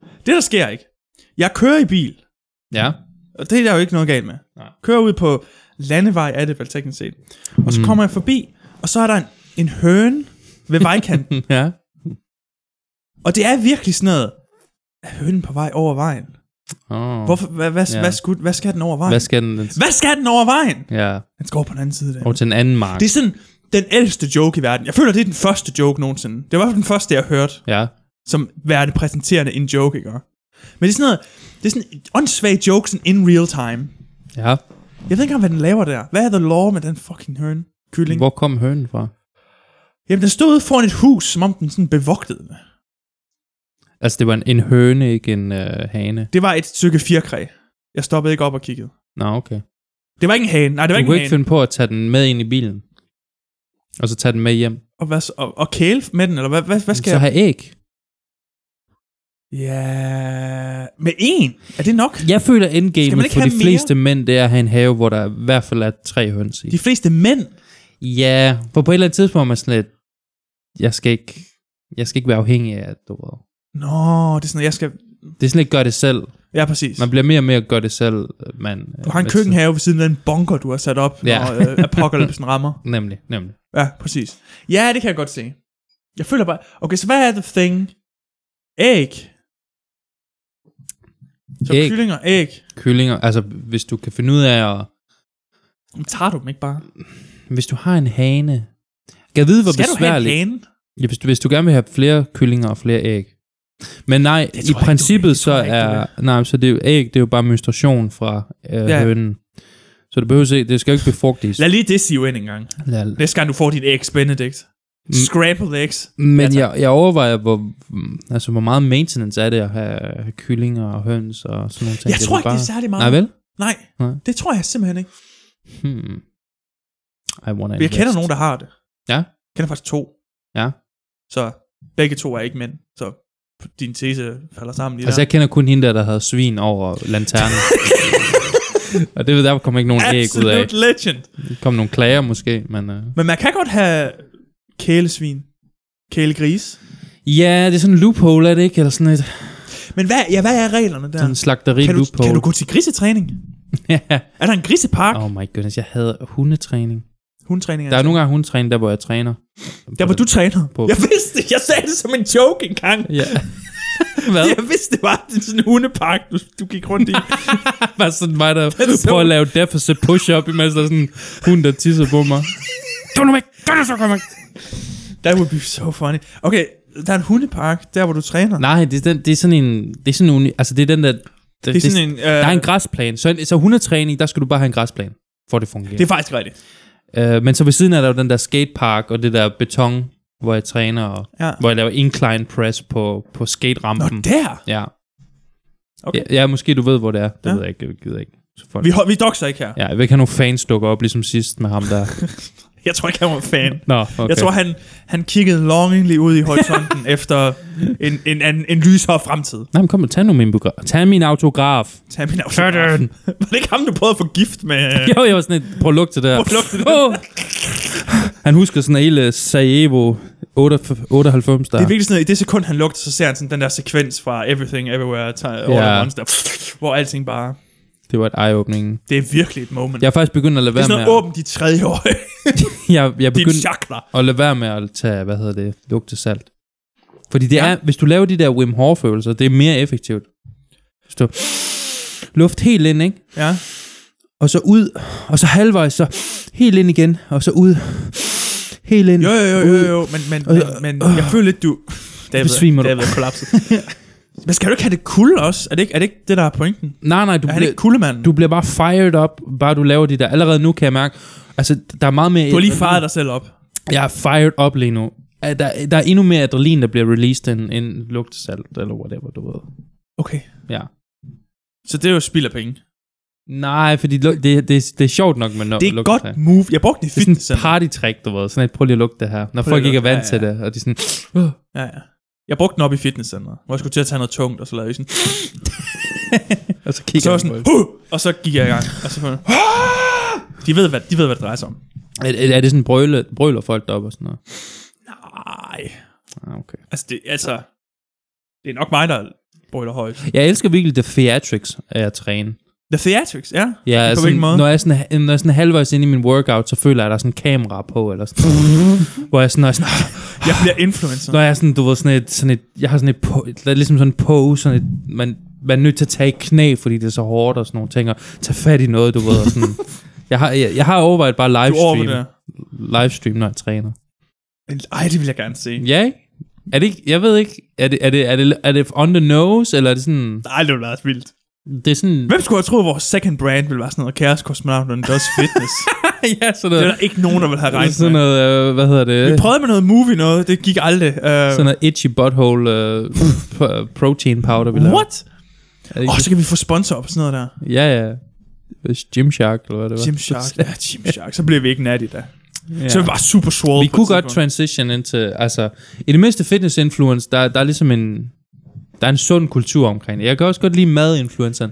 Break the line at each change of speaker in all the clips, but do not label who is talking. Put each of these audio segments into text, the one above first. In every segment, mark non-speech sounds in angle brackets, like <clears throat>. Det der sker ikke. Jeg kører i bil,
Ja.
og det er der jo ikke noget galt med.
Nej.
Kører ud på landevej, er det vel teknisk set. Og
Mm.
så kommer jeg forbi, og så er der en, en høne ved
<laughs>
vejkanten.
<laughs> ja.
og det er virkelig sådan noget, er hønen på vej over vejen?
Oh.
Hvorfor, hvad, hvad,
Ja.
ja. hvad, skulle, hvad skal den over vejen?
Hvad skal den?
Hvad skal den over vejen?
Ja.
Den skal over på den anden side. Der.
Og til en anden mark.
Det er sådan den ældste joke i verden. Jeg føler, det er den første joke nogensinde. Det var i hvert fald den første, jeg hørte,
Ja.
som værende præsenterende en joke, ikke? Men det er sådan noget, det er sådan en åndssvag joke sådan in real time.
Ja.
Jeg ved ikke engang, hvad den laver der. Hvad er the law med den fucking høn? Kylling. Hvor?
Hvor kom hønen fra?
Jamen, den stod ude foran et hus, som om den sådan bevogtede det.
Altså, det var en, en høne, ikke en øh, hane.
Det var et stykke firkræ. Jeg stoppede ikke op og kiggede.
Nå, okay.
Det var ikke en hane. Nej, det var
Du
ikke
kunne
en
ikke
hane.
finde på at tage den med ind i bilen. Og så tage den med hjem.
Og, hvad, så- og, og kæle med den, eller hvad, hvad, hvad skal
så
jeg?
have æg.
Ja... Med en? Er det nok?
Jeg føler endgame
Skal man ikke
for
have
de
mere?
fleste mænd, det er at have en have, hvor der i hvert fald er tre høns i.
De fleste mænd
Ja, for på et eller andet tidspunkt er man sådan lidt, jeg skal ikke, jeg skal ikke være afhængig af, at du ved.
Nå, det er sådan, noget, jeg skal...
Det er sådan lidt gør det selv.
Ja, præcis.
Man bliver mere og mere gør det selv, man.
Du har en køkkenhave ved siden af en bunker, du har sat op,
Ja.
ja. når øh,
<laughs>
apokalypsen rammer.
Nemlig, nemlig.
Ja, præcis. Ja, det kan jeg godt se. Jeg føler bare... Okay, så hvad er the thing? Æg. Så
Æg.
æg. kyllinger, æg.
Kyllinger, altså hvis du kan finde ud af at,
Men tager du dem ikke bare?
hvis du har en hane, kan jeg vide, hvor
Skal du have en
besværligt.
hane?
Ja, hvis, du, hvis du gerne vil have flere kyllinger og flere æg. Men nej,
Det tror
i
jeg ikke, du
princippet
vil. Det
så
tror jeg ikke, du
er... Nej, så det er jo, æg, det er jo bare menstruation fra øh, ja.
Ja.
hønen. Så det behøver ikke, det skal jo ikke befrugtes.
Lad lige det sive ind en gang.
Lad,
Næste gang du får dit æg, Benedict.
Mm.
Scrambled eggs.
Men
tak.
jeg, jeg overvejer, hvor, mm, altså, hvor meget maintenance er det at have, have kyllinger og høns og sådan nogle ting.
Jeg tror ikke, det er særlig meget.
Nej vel?
Nej,
Nej.
det tror jeg simpelthen ikke.
Hmm. I wanna
Men jeg kender nogen, der har det.
Ja.
Jeg kender faktisk to.
Ja.
Så begge to er ikke mænd, så din tese falder sammen lige
Altså
der.
jeg kender kun hende der, der havde svin over
<laughs>
lanternen. og det ved der kom ikke nogen æg ud af.
Absolute legend.
Der kom nogle klager måske, men... Uh...
Men man kan godt have kælesvin, kælegris.
Ja, det er sådan en loophole, er det ikke? Eller sådan et
Men hvad, ja, hvad er reglerne der?
ja. en slagteri
Kan du,
loophole.
kan du gå til grisetræning? Er der en grisepark? Oh.
oh my goodness, jeg hader hundetræning.
Hundetræning altså.
Der er nogle gange hundetræning, der hvor jeg træner.
Der hvor du træner.
På-
Jeg vidste det. Jeg sagde det som en joke engang. <laughs>
Ja. Hvad?
Jeg vidste, det var sådan en hundepark, du, du gik rundt i.
bare sådan mig, der
så-
prøver at lave deficit push-up, imens der er sådan en hund, der tisser på mig. Gør nu væk! Gør nu så, kom væk!
That would be so funny. Okay, der er en hundepark, der hvor du træner.
Nej, det er, den, det er sådan en... Det er sådan en... Altså, det er den der... Det,
det er sådan en... Øh,
der er en græsplan. Så, så hundetræning, der skal du bare have en græsplan, for at det fungerer.
det er faktisk rigtigt.
Det... Øh, men så ved siden er der jo den der skatepark og det der beton, hvor jeg træner, og,
Ja.
hvor jeg laver incline press på, på
Nå,
skaterampen.
der!
Ja.
Okay.
Ja, ja, måske du ved, hvor det er. Det ja.
Ja.
ved jeg ikke. Jeg gider ikke. Så folk...
Vi, ho- vi dokser ikke her.
Ja, jeg vil ikke have nogen fans dukker op, ligesom sidst med ham
<laughs>
der.
Jeg tror ikke, han var fan.
Nå, okay.
Okay. Jeg tror, han, han kiggede longingly ud i
<laughs>
horisonten efter en, en, en, en lysere fremtid.
Nej, men kom og tag nu min, biograf. tag min autograf.
Tag min autograf. <laughs> Var det ikke ham, du prøvede at få gift med?
Jo, jeg var sådan et, prøv at lugte det der.
Prøv at lugte det
Åh. Han husker sådan hele Sarajevo 98 der.
Det er virkelig sådan, at i det sekund, han lugter, så ser han sådan den der sekvens fra Everything, Everywhere, Ti- All
Ja.
at Once, der, hvor alting bare...
det var et eye-opening.
Det er virkelig et moment.
Jeg er faktisk begyndt at lade
det er sådan
være med
noget,
at,
åbn de tredje øje,
jeg, jeg er
dine
begyndt
chakra.
at lade være med at tage, hvad hedder det, lugte salt. Fordi det er, hvis du laver de der Wim Hof øvelser, det er mere effektivt. Hvis du luft helt ind, ikke?
Ja.
Og så ud, og så halvvejs, så helt ind igen, og så ud, helt ind.
Jo, jo, jo, jo, jo, men, men, men, men jeg føler lidt, du... David,
besvimer du.
David er
<laughs>
kollapset. Men skal du ikke have det kulde også? Er det ikke, er det, ikke det, der er pointen?
Nej, nej, du
Er han
bliver,
ikke kuldemand?
Du bliver bare fired up, bare du laver de der. Allerede nu kan jeg mærke, altså der er meget mere...
du har lige faret dig selv op.
Jeg er fired up lige nu. Ah, Der, der er endnu mere adrenalin, der bliver released end, end lugtesalt, eller whatever, du ved.
Okay.
Ja.
Så det er jo spild af penge.
Nej, fordi lu- det, det, det er sjovt nok med
Det er et godt move. Jeg brugte det i
Det er sådan
fitnesscenter.
et partytrick, du ved. Sådan et, prøv lige at lugte det her. Når
Prøv
folk
lige at
ikke er vant
lugte-
til
ja, Øh.
det, og de er sådan... "Åh."
Ja, ja. Jeg brugte den op i fitnesscenteret, hvor jeg skulle til at tage noget tungt, og så lavede jeg sådan,
Og
så
så kigger
var
jeg
jeg sådan,
på
huh! og så gik jeg i gang, og så fandt jeg, de ved, hvad, de ved, hvad det drejer sig om.
det. er, er det sådan, brøle, brøler folk deroppe og sådan noget?
Nej,
Ah, okay.
altså, det, altså, det er nok mig, der brøler højt.
Jeg elsker virkelig the theatrics af at træne.
The Theatrics, ja.
Ja, altså,
hvilken måde?
Når jeg, er sådan, når jeg er sådan halvvejs inde i min workout, så føler jeg, at der er sådan en kamera på, eller
<laughs>
sådan, hvor jeg sådan, er sådan,
Jeg bliver influencer.
når jeg er sådan, du ved, sådan et, sådan et, jeg har sådan et, po- der er ligesom sådan en pose, sådan et, man, man er nødt til at tage i knæ, fordi det er så hårdt og sådan nogle ting, og tage fat i noget, du ved, og
<laughs>
sådan. Jeg har, jeg, jeg har overvejet bare
Du overvurderer.
livestream, livestream, når jeg træner.
Ej, det vil jeg gerne se.
Ja, ikke? Er det ikke, jeg ved ikke, er det, er det, er det, er det on the nose, eller er det sådan,
Nej, det ville være vildt.
det er
<laughs>
sådan,
Hvem skulle have troet, at vores second brand ville være sådan noget Chaos Cosmonauten Does <laughs> Fitness?
ja, sådan
det
noget,
er der ikke nogen, der ville have regnet
sådan
med.
noget, øh, hvad hedder det?
Vi prøvede med noget movie noget, det gik aldrig. Uh,
Sådan noget itchy
<laughs>
butthole uh, p- protein powder, vi laver.
what?
Er det
Åh,
ikke
oh, så kan vi få sponsor op og sådan noget der.
det? Ja, ja. Hvis Gymshark, eller hvad det var.
Jim
<laughs>
Shark. Ja, Jim Shark. Så bliver vi ikke natty da.
Ja.
Så er vi bare super swole.
Vi kunne godt transition ind til, altså, i det mindste fitness influence, der, der er ligesom en, der er en sund kultur omkring det. Jeg kan også godt lide madinfluenceren.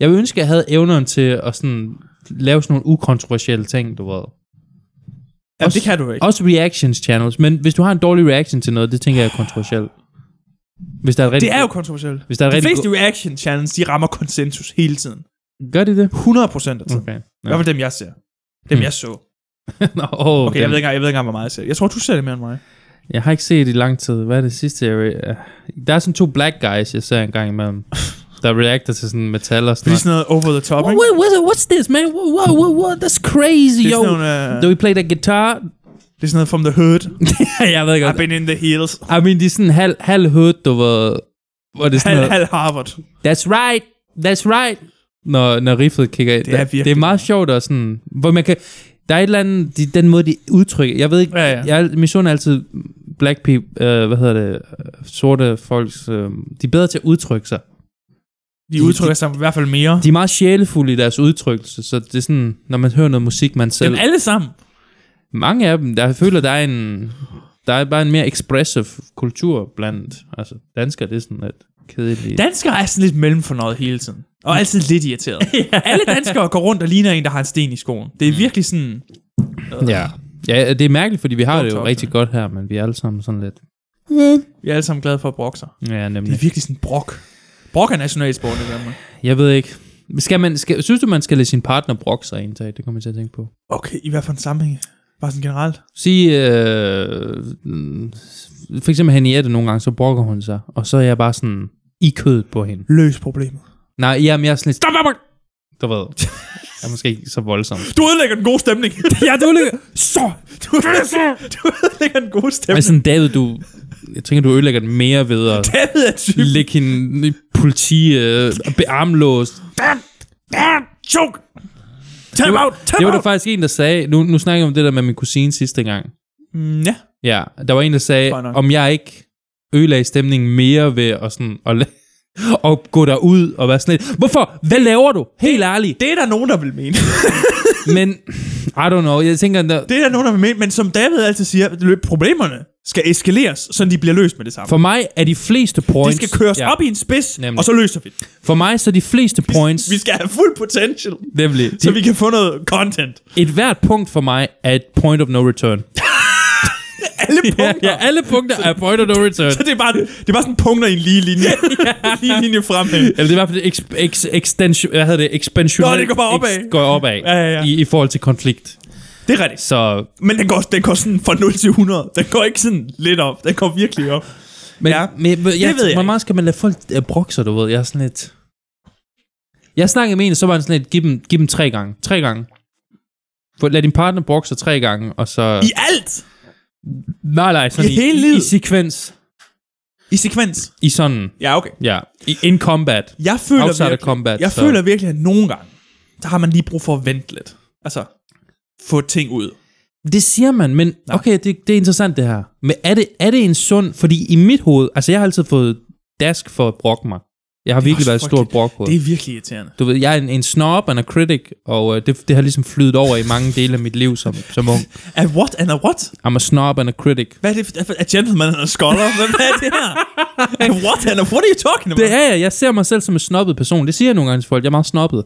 Jeg vil ønske, at jeg havde evnerne til at sådan, lave sådan nogle ukontroversielle ting, du ved.
Ja, det kan du ikke.
Også reactions channels, men hvis du har en dårlig reaction til noget, det tænker jeg er kontroversielt. Hvis der er et rigtig,
Det er jo kontroversielt.
Hvis der er et
De
rigtig
fleste reaction channels, de rammer konsensus hele tiden.
god- Gør de det?
100% af tiden.
Okay. <laughs>
I hvert fald dem, jeg ser. Dem,
Hmm.
jeg så.
Nå, oh,
Okay, jeg ved, ikke, engang- jeg ved ikke engang, hvor meget jeg ser. Jeg tror, du ser det mere end mig.
Jeg har ikke set i lang tid. Hvad er det sidste, jeg... Re- øh, der er sådan to black guys, jeg ser en gang
<laughs>
imellem, der reacter til sådan metal og
Det
sådan
er sådan noget over the top,
noget.
ikke?
What, what, what's this, man? What, what, what, what? That's crazy,
Det er
yo.
sådan nogle, øh,
Do you play that
<laughs>
guitar?
det er sådan noget from the hood.
jeg ved
I've
godt.
been in the hills.
I mean, de er sådan halv, halv hood, du var... Hvor det er sådan
Hal,
noget,
hal Harvard.
That's right, that's right. Når, når riffet kigger ind.
Det er
det er
virkelig-
meget sjovt og sådan... Hvor man kan... Der er et eller andet... De, den måde, de udtrykker... Jeg ved ikke,
Ja, ja.
jeg misunder altid black people, øh, hvad hedder det, øh, sorte folks, øh, de er bedre til at udtrykke sig.
De udtrykker sig i hvert fald mere.
De er meget sjælefulde i deres udtrykkelse, så det er sådan, når man hører noget musik, man
Dem
selv...
alle sammen.
Mange af dem, der jeg føler, der er en... Der er bare en mere expressive kultur blandt altså, danskere, det er sådan lidt kedeligt.
Danskere er sådan lidt mellemfornøjet hele tiden. Og altid lidt irriteret. <laughs> Alle danskere går rundt og ligner en, der har en sten i skoen. Det er virkelig sådan...
ja. ja, det er mærkeligt, fordi vi har
Don't
det
talk
jo
to
rigtig godt her, men vi er alle sammen sådan lidt...
Vi er alle sammen glade for at brokke sig.
Ja,
Det
nemlig.
er virkelig sådan brok. Brok er nationalsporten i Danmark.
Jeg ved ikke. Skal man, skal, synes du, man skal lade sin partner brokke sig indtag? Det kommer jeg til at tænke på.
Okay, i hvert fald en sammenhæng. Bare sådan generelt.
Sige, øh, mm, for eksempel Henriette nogle gange, så brokker hun sig, og så er jeg bare sådan i kødet på hende.
Løs problemet.
Nej, jamen, jeg er sådan lidt, stop, stop, stop! Du ved, jeg er måske ikke så voldsom.
Du ødelægger den gode <laughs> stemning.
ja, du ligger.
Så! Altså, Du ødelægger, du ødelægger den gode
Men
stemning.
sådan, David, du, jeg tænker, du ødelægger den mere ved at
David er typen.
lægge hende i politi, øh, be- armlås.
Ah, choke! Time
var-
out! Time
Det var
out!
der faktisk en, der sagde, nu, nu snakker jeg om det der med min kusine sidste gang.
Mm, ja.
Ja, der var en, der sagde,
Fair nok.
om jeg ikke ødelagde stemningen mere ved at, sådan, at, la- <laughs> at gå derud og være sådan lidt, hvorfor? Hvad laver du? Helt ærligt.
Det er der nogen, der vil mene.
Men, I don't know, jeg tænker, der,
Det er der nogen, der vil mene. Men som David altid siger, løb- problemerne skal eskaleres, så de bliver løst med det samme.
for mig er de fleste
de
points...
skal køres
ja,
op i en spids,
Nemlig.
og så løser vi det.
For mig så er de fleste points...
Vi skal have fuld potential,
nemlig,
så
de,
vi kan få noget content.
et hvert punkt for mig er et point of no return.
Alle punkter.
<laughs> Ja, alle punkter er point of no return.
Så det er, bare, det er bare sådan punkter i en lige
<laughs>
linje. <laughs> lige linje fremad.
Eller det er i hvert fald eks, eks, extension, hvad hedder det, expansion.
Nå, det går bare opad.
Går opad
Ja, ja, ja.
I, i forhold til konflikt.
Det er rigtigt.
Så,
Men den går, den går sådan fra 0 til 100. Den går ikke sådan lidt op. Den går virkelig op.
men,
Ja,
men jeg, jeg,
ved jeg
Hvor
ikke.
meget skal man lade folk øh, brokke sig, du ved? Jeg er sådan lidt... Jeg snakkede med en, så var han sådan lidt, giv dem, giv dem tre gange. Tre gange. For, lad din partner brokke sig tre gange, og så...
I alt!
nej, nej, sådan
i hele livet?
I sekvens.
I sekvens.
I sådan,
Ja, okay.
ja. I, in combat.
Jeg føler
Outside of
virkelig,
combat,
jeg
så-
føler virkelig, at nogle gange, der har man lige brug for at vente lidt. Altså, få ting ud.
Det siger man, men okay, det, det er interessant det her. Men er det, er det en sund... Fordi i mit hoved... Altså, jeg har altid fået dask for at brokke mig. Jeg har virkelig
også
været et stort
frygteligt.
brokhoved.
Det er virkelig irriterende.
Du ved, jeg er en, en snob og en critic, og øh, det, det har ligesom flydet over i mange dele af mit liv som, som ung.
A what and a what?
I'm a snob and a critic.
Hvad er det for, a gentleman and a scholar? Hvad, hvad er det
<laughs>
her? A what and a what are you talking about?
Det er jeg. Jeg ser mig selv som en snobbet person. Det siger jeg nogle gange til folk. Jeg er meget snobbet.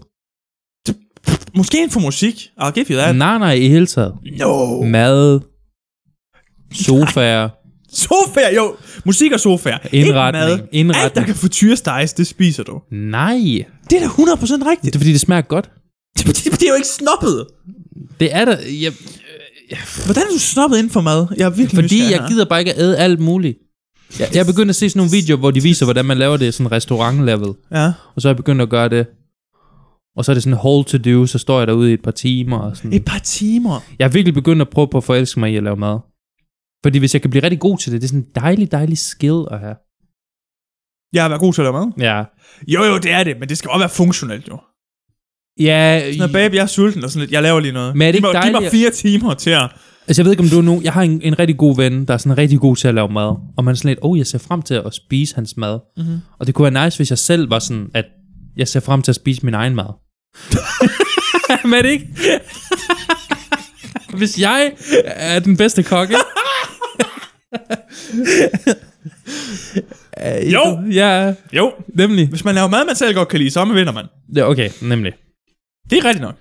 Måske inden for musik. I'll give you that.
Nej, nej, i hele taget.
No.
Mad. Sofaer.
Sofaer, jo. Musik og sofaer. Ikke
Indretning,
mad. Alt, der
indretning.
kan få tyrestegs, det spiser du.
Nej.
Det er da 100% rigtigt. <laughs>
Det er fordi, det smager godt.
Det, det, det er jo ikke snobbet.
Det er der. Jeg,
Hvordan er du snobbet inden for mad? Jeg er virkelig
fordi
nysgerrig
jeg
her.
gider bare ikke at æde alt muligt. Jeg, jeg er begyndt at se sådan nogle videoer, hvor de viser, hvordan man laver det i sådan restaurant-level.
Ja.
Og så er jeg begyndt at gøre det. Og så er det sådan whole to do, så står jeg derude i et par timer. Og sådan.
Et par timer.
Jeg er virkelig begyndt at prøve på at forelske mig i at lave mad. Fordi hvis jeg kan blive rigtig god til det, det er sådan en dejlig, dejlig skill at have.
Jeg har været god til at lave mad.
Ja.
Jo, jo, det er det, men det skal også være funktionelt, jo.
Ja,
Når baby, jeg er sulten og sådan lidt, jeg laver lige noget.
Men er det
giv,
ikke
mig, giv mig
dejligt-
fire timer til at...
altså jeg ved ikke, om du er nogen... Jeg har en, en rigtig god ven, der er sådan rigtig god til at lave mad. Og man er sådan lidt, oh, jeg ser frem til at spise hans mad.
Mhm.
Og det kunne være nice, hvis jeg selv var sådan, at jeg ser frem til at spise min egen <laughs> mad. Men er det ikke? hvis jeg er den bedste <laughs> kokke...
Jo,
ja,
jo.
nemlig.
Hvis man laver mad, man selv godt kan lide, så man vinder man.
Ja, okay, nemlig.
Det er rigtigt nok.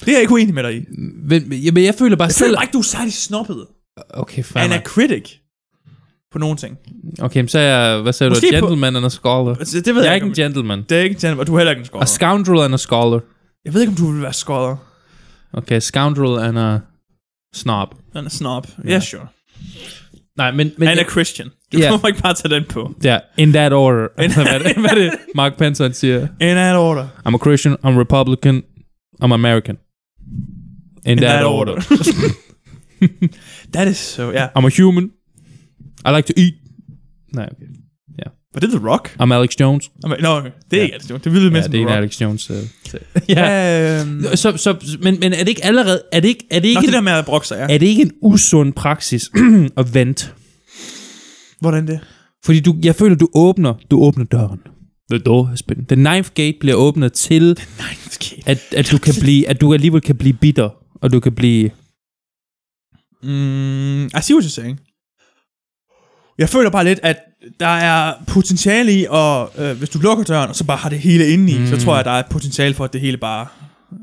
Det er jeg ikke uenig med dig i. Jeg
Men, men- jamen, jeg føler bare jeg
føler
selv...
bare ikke, du er særlig snobbet.
Okay, fair
Han er
nok.
critic på nogle ting.
Okay, men så er jeg... Hvad sagde du?
Måske på-
Gentleman and a scholar.
Altså, det ved
Jeg er
ikke,
ikke en
om-
gentleman.
Det er ikke en gentleman, og du er heller ikke en
Og
skodder.
scoundrel and a scholar.
Jeg ved ikke, om du vil være skodder.
Okay, scoundrel and a snob.
Han er snob.
Ja.
Yeah, sure.
Nej, men... men
Han er Christian. Du
Ja.
kommer ikke bare tage den på.
Ja, <laughs> in that order. Altså, hvad, er det, hvad <laughs> er det, Mark Pence han siger?
In that order.
I'm a Christian, I'm Republican, I'm American. In,
In
that,
that
order.
<laughs> That is so, ja.
I'm a human. I like to eat. Nej, okay.
Var det The Rock?
I'm Alex Jones.
Nå, no, det er
Ja.
ikke Alex Jones. Det ville
Ja,
mest
det er en
The Rock.
Alex Jones. Uh, <laughs> ja.
Øhm,
Så, så, men, men er det ikke allerede... Er det ikke, er det
Nå,
ikke
det der med at brokke sig, ja.
er det ikke en usund praksis <clears throat> at vente?
Hvordan det?
Fordi du, jeg føler, du åbner, du åbner døren. The door has been. The knife gate bliver åbnet til,
Nej, okay.
at, at, du kan blive, at du alligevel kan blive bitter, og du kan blive...
Mm, I see what you're saying. Jeg føler bare lidt, at der er potentiale i, og øh, hvis du lukker døren, og så bare har det hele inde i, mm. så
Mm.
tror jeg, der er potentiale for, at det hele bare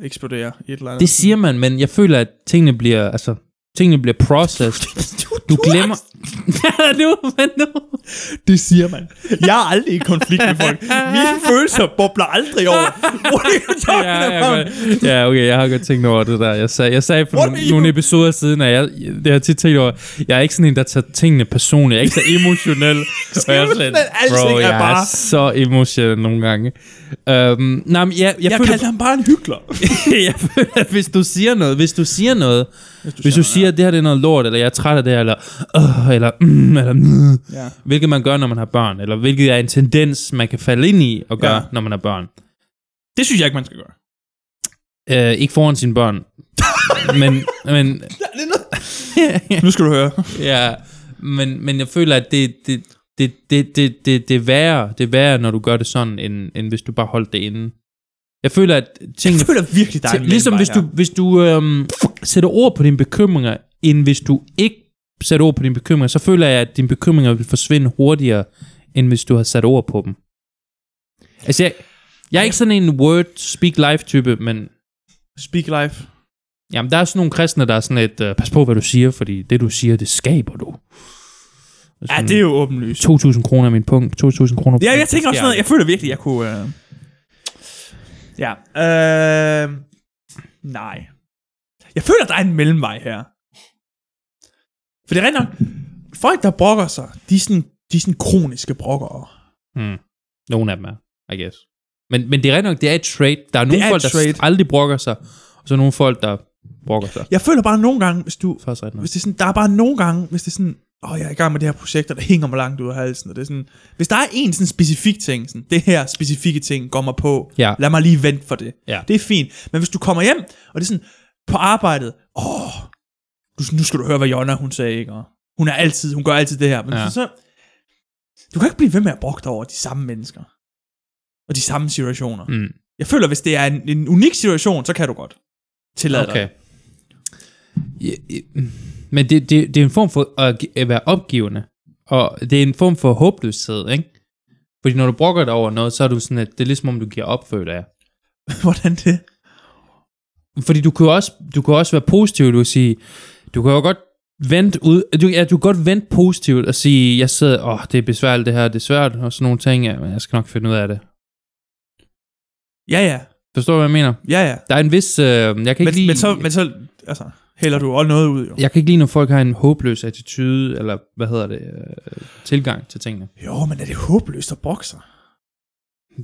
eksploderer i et eller andet.
Det siger man, men jeg føler, at tingene bliver, altså, tingene bliver <laughs> processed.
du,
Du glemmer... <laughs> Ja, nu, men nu.
Det siger man. Jeg er aldrig i konflikt med folk. <laughs> Mine følelser bobler aldrig over. What are you talking
Ja, jeg
about?
godt, ja, okay, jeg har godt tænkt over det der. Jeg sagde, jeg sagde for
What
nogle,
are you-
nogle episoder siden, at jeg, det har jeg tit tænkt over, jeg er ikke sådan en, der tager tingene personligt. Jeg er ikke så emotionel. og jeg er slet,
At alting
bro,
er
jeg
bare-
er så emotionel nogle gange. Øhm, nej, men jeg, jeg,
Jeg
føler,
kalder ham bare en <laughs> hyggelig.
<laughs> jeg føler, at hvis du siger noget, hvis du siger noget,
Hvis du
hvis du siger, at det her det er noget lort, eller jeg er træt af det her, eller, øh, eller, mm, eller mm,
Ja.
hvilket man gør, når man har børn, eller hvilket er en tendens, man kan falde ind i og gøre,
Ja.
ja. når man har børn.
Det synes jeg ikke, man skal gøre.
Øh, ikke foran sine
<laughs>
børn, men, men,
<laughs> Nu skal du høre.
ja, men, men jeg føler, at det, det, det, det, det, det, det, er værre, det er værre, når du gør det sådan, end, end hvis du bare holdt det inde. Jeg føler, at tingene...
Jeg føler virkelig, <laughs> der er en
ligesom hvis
mellemvej
du, hvis du øhm, sætter ord på dine bekymringer, end hvis du ikke sætter ord på dine bekymringer, så føler jeg, at dine bekymringer vil forsvinde hurtigere, end hvis du har sat ord på dem. Altså, jeg, jeg er ikke sådan en word speak life type, men
her. Speak life.
jamen, der er sådan nogle kristne, der er sådan lidt, øh, pas på, hvad du siger, fordi det, du siger, det skaber du.
Ja,
Sådan,
det er jo åbenlyst.
2.000 kroner er min punkt, 2.000 kroner...
Ja, jeg tænker også sådan noget. Jeg føler virkelig, jeg kunne... Øh... Ja. Øh... Nej. Jeg føler, der er en mellemvej her. For det er rigtigt nok. Folk, der brokker sig, de er sådan, de er sådan kroniske brokkere.
Mm. Nogle af dem er, I guess. Men, men det er rigtigt nok, det er et trade. Der er
Det
nogle
er et
folk, der
trade.
aldrig brokker sig, og så er nogle folk, der brokker sig.
Jeg føler bare nogle gange, hvis du...
Først ret nok.
Hvis det er sådan, der er bare nogle gange, hvis det er sådan... Åh, jeg er i gang med det her projekt, og det hænger mig langt ud af halsen. Og det er sådan, hvis der er en sådan specifik ting, sådan, det her specifikke ting går mig på,
Ja.
lad mig lige vente for det.
Ja.
Det er fint. Men hvis du kommer hjem, og det er sådan, på arbejdet, åh, du, nu skal du høre, hvad Jonna, hun sagde, ikke? Og hun er altid, hun gør altid det her. Men ja.
Ja.
så, du kan ikke blive ved med at brokke dig over de samme mennesker. Og de samme situationer. Mm.
Mm.
Jeg føler, hvis det er en, en unik situation, så kan du godt tillade okay.
Okay.
dig.
Ja, ja, mm. Men det, det, det er en form for at gi- at være opgivende. Og det er en form for håbløshed, ikke? Fordi når du brokker dig over noget, så er du sådan, at det er ligesom om, du giver op, føler jeg.
<laughs> Hvordan det?
Fordi du kan jo også, du kan også være positiv, du kan sige, du kan jo godt vent ud, du, ja, du kan godt vente positivt og sige, jeg sidder, åh, oh, det er besværligt det her, det er svært, og sådan nogle ting, ja, men jeg skal nok finde ud af det.
Ja, ja.
Forstår du, hvad jeg mener?
Ja, ja.
Der er en vis, øh, jeg kan ikke
Men,
lide,
men, så, men så altså, hælder du også noget ud, jo.
jeg kan ikke lide, når folk har en håbløs attitude, eller hvad hedder det, øh, tilgang til tingene.
Jo, men er det håbløst at bokse?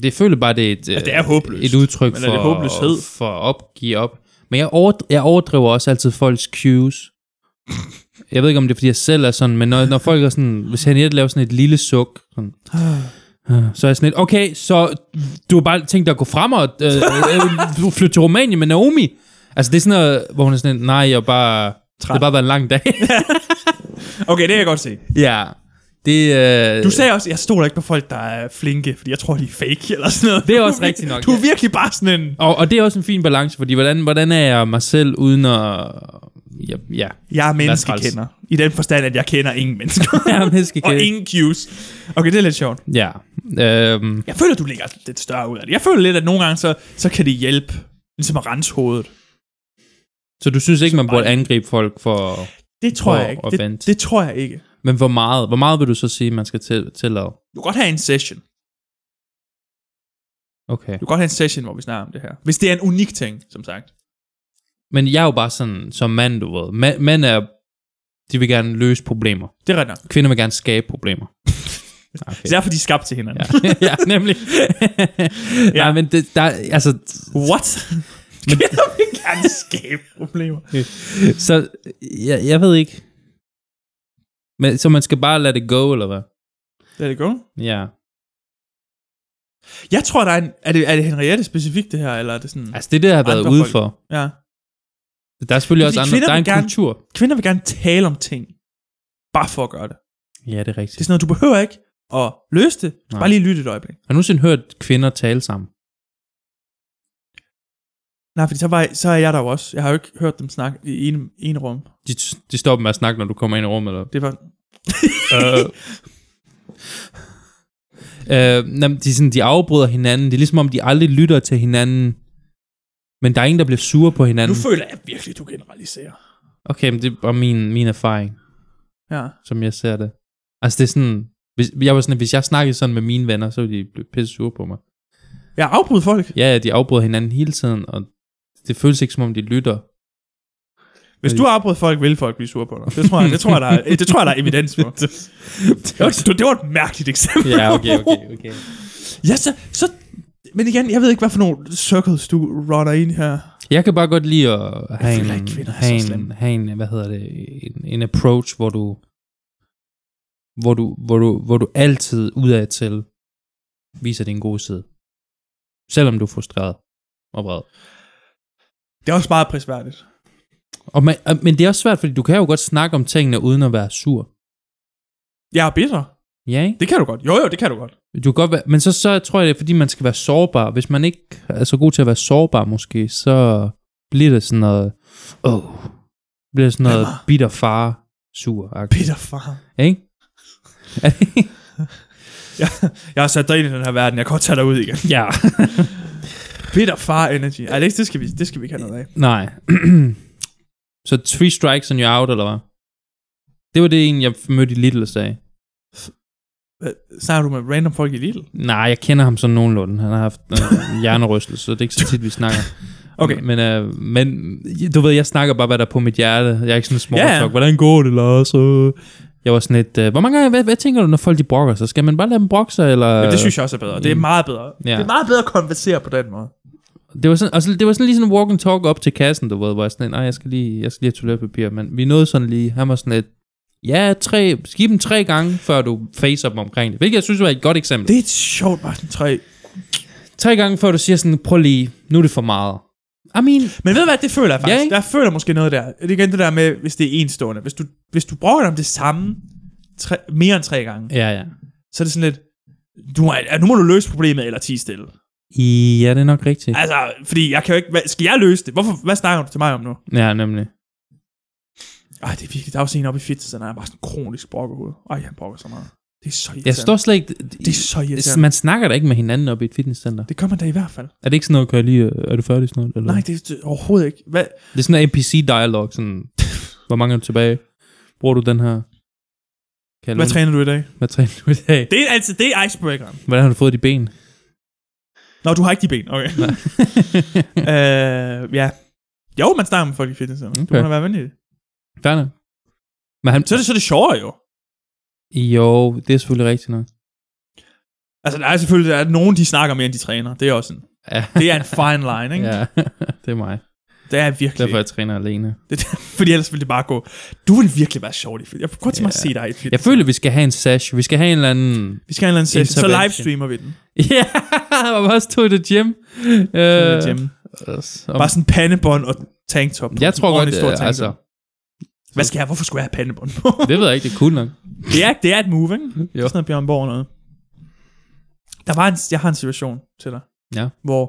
Det føler bare, det er et, ja,
det er håbløst.
et udtryk
Men
for,
er det håbløshed?
for at op, give op. Men jeg, overdriver, jeg overdriver også altid folks cues. Jeg ved ikke, om det er, fordi jeg selv er sådan, men når, når folk er sådan, hvis Henriette laver sådan et lille suk, sådan, øh, så er jeg sådan lidt, okay, så du har bare tænkt dig at gå frem og øh, øh, du flytte til Rumænien med Naomi. Altså det er sådan noget, hvor hun er sådan lidt, nej, jeg er bare, det har bare været en lang dag. <laughs>
Okay, det kan jeg godt se.
ja, det, øh,
Du sagde også, at jeg stoler ikke på folk, der er flinke, fordi jeg tror, de er fake eller sådan noget.
Det er også
Du vir-
rigtigt nok,
Du er
ja.
virkelig bare sådan en...
og, og det er også en fin balance, fordi hvordan, hvordan er jeg mig selv uden at... Ja,
<laughs>
ja.
Jeg er menneskekender. I den forstand, at jeg kender ingen
<laughs>
mennesker.
Jeg er
og
menneskekender.
ingen cues. Okay, det er lidt sjovt.
Ja. Øhm,
Jeg føler, du ligger lidt større ud af det. Jeg føler lidt, at nogle gange, så, så kan det hjælpe. Ligesom at rense hovedet.
så du synes ikke, man
Så
burde
bare-
angribe folk for...
Det tror
For
jeg ikke.
at
Det,
vente.
det tror jeg ikke.
Men hvor meget, hvor meget vil du så sige, man skal til, tillade?
Du kan godt have en session.
Okay.
Du kan godt have en session, hvor vi snakker om det her. Hvis det er en unik ting, som sagt.
Men jeg er jo bare sådan, som mand, du ved. Mæ- Mænd er... De vil gerne løse problemer.
Det er ret nok.
Kvinder vil gerne skabe
<laughs>
problemer.
Okay. Derfor de er skabt til hinanden.
Ja, <laughs> ja nemlig. <laughs> ja. Nej, men det, der, altså,
<laughs> What? Men... Kvinder vil gerne skabe problemer.
så, jeg, jeg ved ikke. Men, så man skal bare lade det gå, eller hvad?
Let it go.
Ja.
Jeg tror, der er en... Er det, er det Henriette specifikt, det her? Eller er det sådan...
Altså, det er det, jeg har været
Andre
ude
folk.
for.
Ja.
Der er selvfølgelig
Fordi
også andre.
kvinder
Der er en
vil gerne-
kultur.
Kvinder vil gerne tale om ting. Bare for at gøre det.
Ja, det er rigtigt.
Det er sådan noget, du behøver ikke at løse det. Du skal
Nej.
bare lige lytte et øjeblik.
Har du nogensinde hørt kvinder tale sammen?
Nej, fordi så, var jeg, så er jeg der jo også. Jeg har jo ikke hørt dem snakke i en, en rum.
De, de stopper med at snakke, når du kommer ind i rummet. Eller?
Det var...
<laughs> øh, øh, nej, men de, er sådan, de afbryder hinanden. Det er ligesom om, de aldrig lytter til hinanden. Men der er ingen, der bliver sure på hinanden.
føler jeg virkelig, du generaliserer.
Okay, men det er bare min, min erfaring,
Ja.
som jeg ser det. Altså, det er sådan... Hvis, jeg var sådan, at hvis jeg snakkede sådan med mine venner, så ville de blive pisse sure på mig.
Jeg afbryder folk.
Ja, ja, de afbryder hinanden hele tiden, og det føles ikke, som om de
<laughs>
lytter.
Hvis du afbryder folk, vil folk blive sure på dig. Det tror jeg, det tror jeg, der, er, <laughs> det tror jeg, der er evidens for. Det var, det, var et mærkeligt eksempel.
Ja, okay, okay, okay.
ja, så, så, men igen, jeg ved ikke, hvad for nogle circles du runner ind her.
Jeg kan bare godt lide at have
føler ikke,
en,
kvinder er
have,
så
en,
slemme.
have en, hvad hedder det, en, en approach, hvor du, hvor du, hvor du, hvor du altid udadtil viser din gode side. Selvom du er frustreret og vred.
Det er også meget prisværdigt.
Og man, og- men det er også svært, fordi du kan jo godt snakke om tingene uden at være sur.
Jeg er bitter.
Ja, ikke?
Det kan du godt. Jo, jo, det kan du godt.
Du kan godt være, men så, så tror jeg, det er, fordi man skal være sårbar. Hvis man ikke er så god til at være sårbar måske, så bliver det sådan noget, åh, oh, bliver det sådan noget
Hvad?
bitter far sur
Bitter far.
Ikke? <laughs>
Jeg har sat dig ind i den her verden. Jeg kan godt tage dig ud <laughs> igen.
ja.
Bitter far energy. Ej, det, det, skal vi, det skal vi ikke have noget af.
Nej. <clears throat> så three strikes and you're out, eller hvad? Det var det en, jeg mødte i Lidl og sagde.
Hvad, Snakker du med random folk i Lidl?
Nej, jeg kender ham sådan nogenlunde. Han har haft øh, hjernerystelse, så det er ikke så tit, vi snakker.
Okay.
Men, øh, men du ved, jeg snakker bare, hvad der er på mit hjerte. Jeg er ikke sådan en small
Ja, ja.
talk. Hvordan går det, Lars? Øh, Jeg var sådan lidt, øh, hvor mange gange, hvad, hvad tænker du, når folk de brokker sig? Skal man bare lade dem brokke sig, eller...
Ja, det synes jeg også er bedre. Det er meget bedre.
Ja.
Det er meget bedre at konversere på den måde.
Det var, sådan, og så, det var sådan lige sådan en walk and talk op til kassen, du ved, hvor jeg sådan, nej, jeg skal lige, jeg skal lige have toiletpapir, men vi nåede sådan lige, han var sådan lidt, ja, tre, skib dem tre gange, før du facer dem omkring det, hvilket jeg synes var et godt eksempel. Det.
Det er et sjovt, Martin 3.
Tre gange, før du siger sådan, prøv lige, nu er det for meget. I mean,
Men ved du hvad, det føler jeg
Ja,
faktisk.
ikke?
Ja, jeg føler måske noget der. Det er igen det der med, hvis det er enstående. Hvis du, hvis du brokker dig om det samme tre, mere end tre gange,
ja, ja.
så er det sådan lidt, du må, ja, nu må du løse problemet, eller tige stille.
I, ja, det er nok rigtigt.
Altså, fordi jeg kan jo ikke, hvad, skal jeg løse det? Hvorfor, hvad snakker du til mig om nu?
Ja, nemlig.
Ej, det er virkelig, der er også en oppe i fitnesscenteret, han er bare sådan kronisk brokkerhoved. Ej, han brokker så meget. Det er så irriterende.
Jeg står slet ikke,
Det er så irriterende.
man snakker da ikke med hinanden op i et fitnesscenter.
Det gør man da i hvert fald.
Er det ikke sådan noget, kan jeg lige, øh, er du færdig sådan noget? Eller?
Nej, det er det er overhovedet ikke. Hvad?
<laughs> Det er sådan en NPC-dialog, sådan, hvor mange er du tilbage? Bruger du den her? Kan
Hvad træner du i dag?
Hvad træner du i dag?
Det er altså det er icebreakeren.
Hvordan har du fået de
<laughs>
ben?
Nå, du har ikke de ben. Okay. <laughs> øh, ja. Jo, man snakker med folk i fitness. Okay. Du
Okay.
må da være venlig.
Fair nok. Men han,
Så er det, så er det sjovere jo.
Jo, det er selvfølgelig rigtigt nok.
Altså, der er selvfølgelig der er nogen, de snakker mere, end de træner. Det er også en,
Ja.
det er en fine line, ikke?
ja, <laughs> det er mig.
Det er virkelig.
Derfor jeg træner alene.
Det, fordi ellers ville det bare gå. Du vil virkelig være sjov i film. Jeg kunne godt tænke mig at
Ja.
se dig i film.
Jeg føler, vi skal have en sash. Vi skal have en eller anden...
Vi skal have en eller anden session, så
Intervention. Øh,
livestreamer vi den.
<laughs> Ja, og vi også tog i det gym.
Øh,
Øh, og-
Bare sådan pandebånd og tanktop. på.
jeg
Sådan
tror
en
godt,
ordentlig stor
det,
tanktop.
altså,
Hvad skal jeg? Hvorfor skulle jeg have pandebånd på?
det ved jeg ikke, det er cool nok.
det, er, det er et move, ikke? Det
Jo.
er sådan noget Bjørn Borg noget. Der var en, jeg har en situation til dig.
Ja.
Hvor...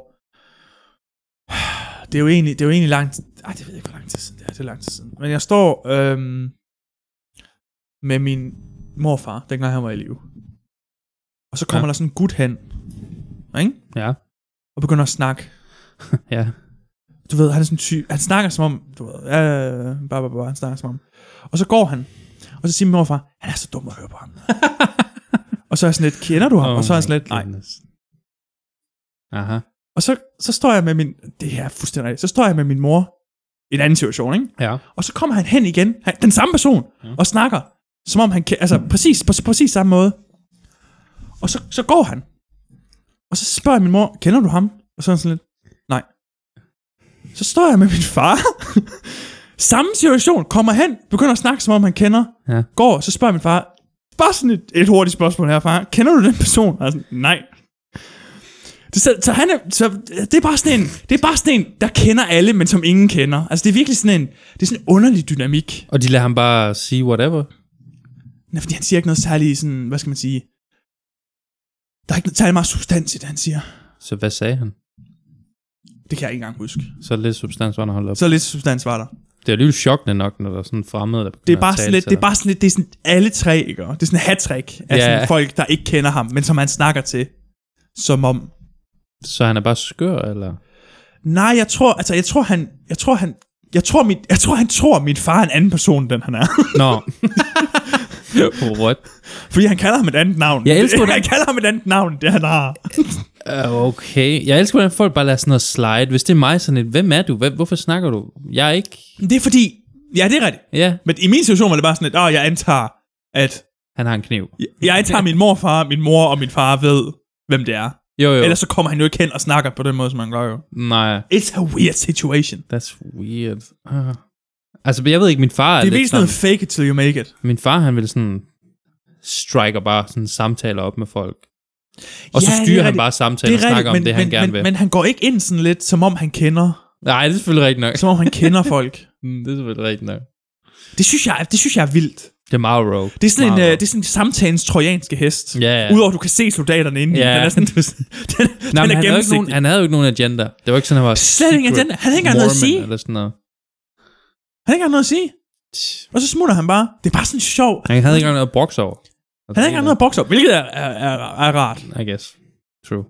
<sighs> Det er jo egentlig, det er jo egentlig langt... Ej, det ved jeg ikke, hvor lang tid siden det er. Det er lang tid siden. Men jeg står øhm, med min morfar, dengang han var i live. Og så kommer ja.
Ja.
der sådan en gut hen, ikke?
Ja,
og begynder at snakke.
ja.
Du ved, han er sådan typ, han snakker som om, du ved, øh, bare, bare, bare, han snakker som om. Og så går han, og så siger min morfar, han er så dum at høre på ham. og så er jeg sådan lidt, kender du ham? Oh og så er jeg
my
sådan lidt, nej.
goodness. Aha,
Og så, så står jeg med min, det er fuldstændig rigtigt, så står jeg med min mor i en anden situation, ikke?
ja.
Og så kommer han hen igen, han, den samme person,
Ja. Mm.
og snakker, som om han, ke- altså præcis, på præcis samme måde. Og så, så går han. Og så spørger jeg min mor, kender du ham? Og så er han sådan lidt, nej. Så står jeg med min far. <laughs> samme situation, kommer hen, begynder at snakke, som om han kender.
Ja.
Går, så spørger jeg min far, bare sådan et, et hurtigt spørgsmål her, far. Kender du den person? Og jeg er sådan, nej. Det, så, så, han er, så det er bare sådan en, det er bare sådan en, der kender alle, men som ingen kender. Altså det er virkelig sådan en, det er sådan en underlig dynamik.
Og de lader ham bare sige whatever.
Nej, fordi han siger ikke noget særligt sådan, hvad skal man sige, der er ikke noget særlig meget substans i det, han siger.
Så hvad sagde han?
Det kan jeg ikke engang huske.
Så er det lidt substans, hvor han holdt op.
Så lidt substans var der.
Det er alligevel chokkende nok, når der er sådan en fremmed, der
Det
begynder
er bare
at
sådan
tale
lidt,
til
det er
dig.
bare sådan lidt, det er sådan alle tre, ikke? Og Det er sådan en hat-trick af
Ja.
sådan folk, der ikke kender ham, men som han snakker til, som om,
Så han er bare skør, eller?
nej, jeg tror, altså jeg tror han, jeg tror han, jeg tror, mit, jeg tror, han tror, min far er en anden person, end den han er. <laughs>
Nå. <laughs> What?
Fordi han kalder ham et andet navn.
Jeg
<laughs>
elsker, hvordan-
Han kalder ham et andet navn, end det han har.
Uh, okay. Jeg elsker, hvordan folk bare lader sådan noget slide. Hvis det er mig sådan et, hvem er du? Hvad, hvorfor snakker du? Jeg er ikke...
Men Det er fordi, ja, det er rigtigt.
Ja,
Men i min situation var det bare sådan, at åh, jeg antager, at
han har en kniv.
Jeg- Jeg antager min morfar, min mor og min far ved, hvem det er.
Jo, jo.
Jo. Ellers så kommer han jo ikke hen og snakker på den måde, som han gør jo.
Nej,
It's a weird situation.
that's weird. Uh. Altså, jeg ved ikke, min far
Det
er,
er
lidt
virkelig sådan
sådan...
noget fake it till you make it.
Min far, han vil sådan... Striker bare sådan samtaler op med folk. Og så
Ja, det er
styrer han
rigtigt.
bare samtaler og snakker om det, han
men,
gerne
men,
vil.
men han går ikke ind sådan lidt, som om han kender,
Nej, det er selvfølgelig rigtigt nok.
som om han
<laughs>
kender folk.
Mm, det er selvfølgelig rigtigt nok.
Det synes jeg, det synes jeg er vildt.
Det er meget rogue.
Det er sådan en,
Meget
øh,
rogue.
det er sådan en samtalens trojanske hest.
Ja, ja.
Udover at du kan se soldaterne inde i
Ja.
den. er sådan, <laughs> den,
Nej,
den
men
er
han, havde jo ikke nogen,
gennemsigtig.
han havde jo ikke nogen agenda. Det var ikke sådan, han var
Slet ikke,
secret
den, han havde ikke engang noget at
Mormon
sige.
Eller sådan noget.
Han havde ikke engang noget at sige. Og så smutter han bare. Det er bare sådan sjov.
Han havde ikke engang noget at brokse over. Altså,
Han havde ikke engang noget at bokse op, hvilket er, er, er, er rart.
I guess. True.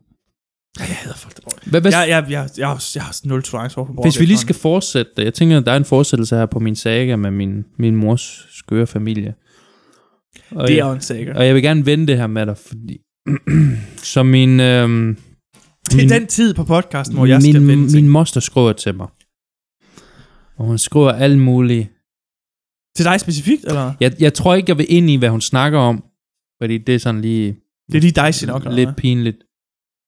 Jeg hader folk, der bor
Hvad, hvad,
Jeg, jeg, jeg, jeg, har, jeg har nul tolerance over for borgere.
hvis vi lige skal fortsætte det. Jeg tænker, der er en fortsættelse her på min saga med min, min mors skøre familie. Og,
Det er
jeg,
jo en saga.
og jeg vil gerne vende det her med dig, fordi... <clears throat> Så min... Øhm,
Det er
min-
den tid på podcasten, hvor jeg
min,
skal vende ting.
Min moster skriver til mig. Og hun skriver alt muligt.
Til dig specifikt, eller?
Jeg, jeg tror ikke, jeg vil ind i, hvad hun snakker om. Fordi det er sådan lige
Det er lige dig, sin nok. eller
lidt
hvad?
pinligt.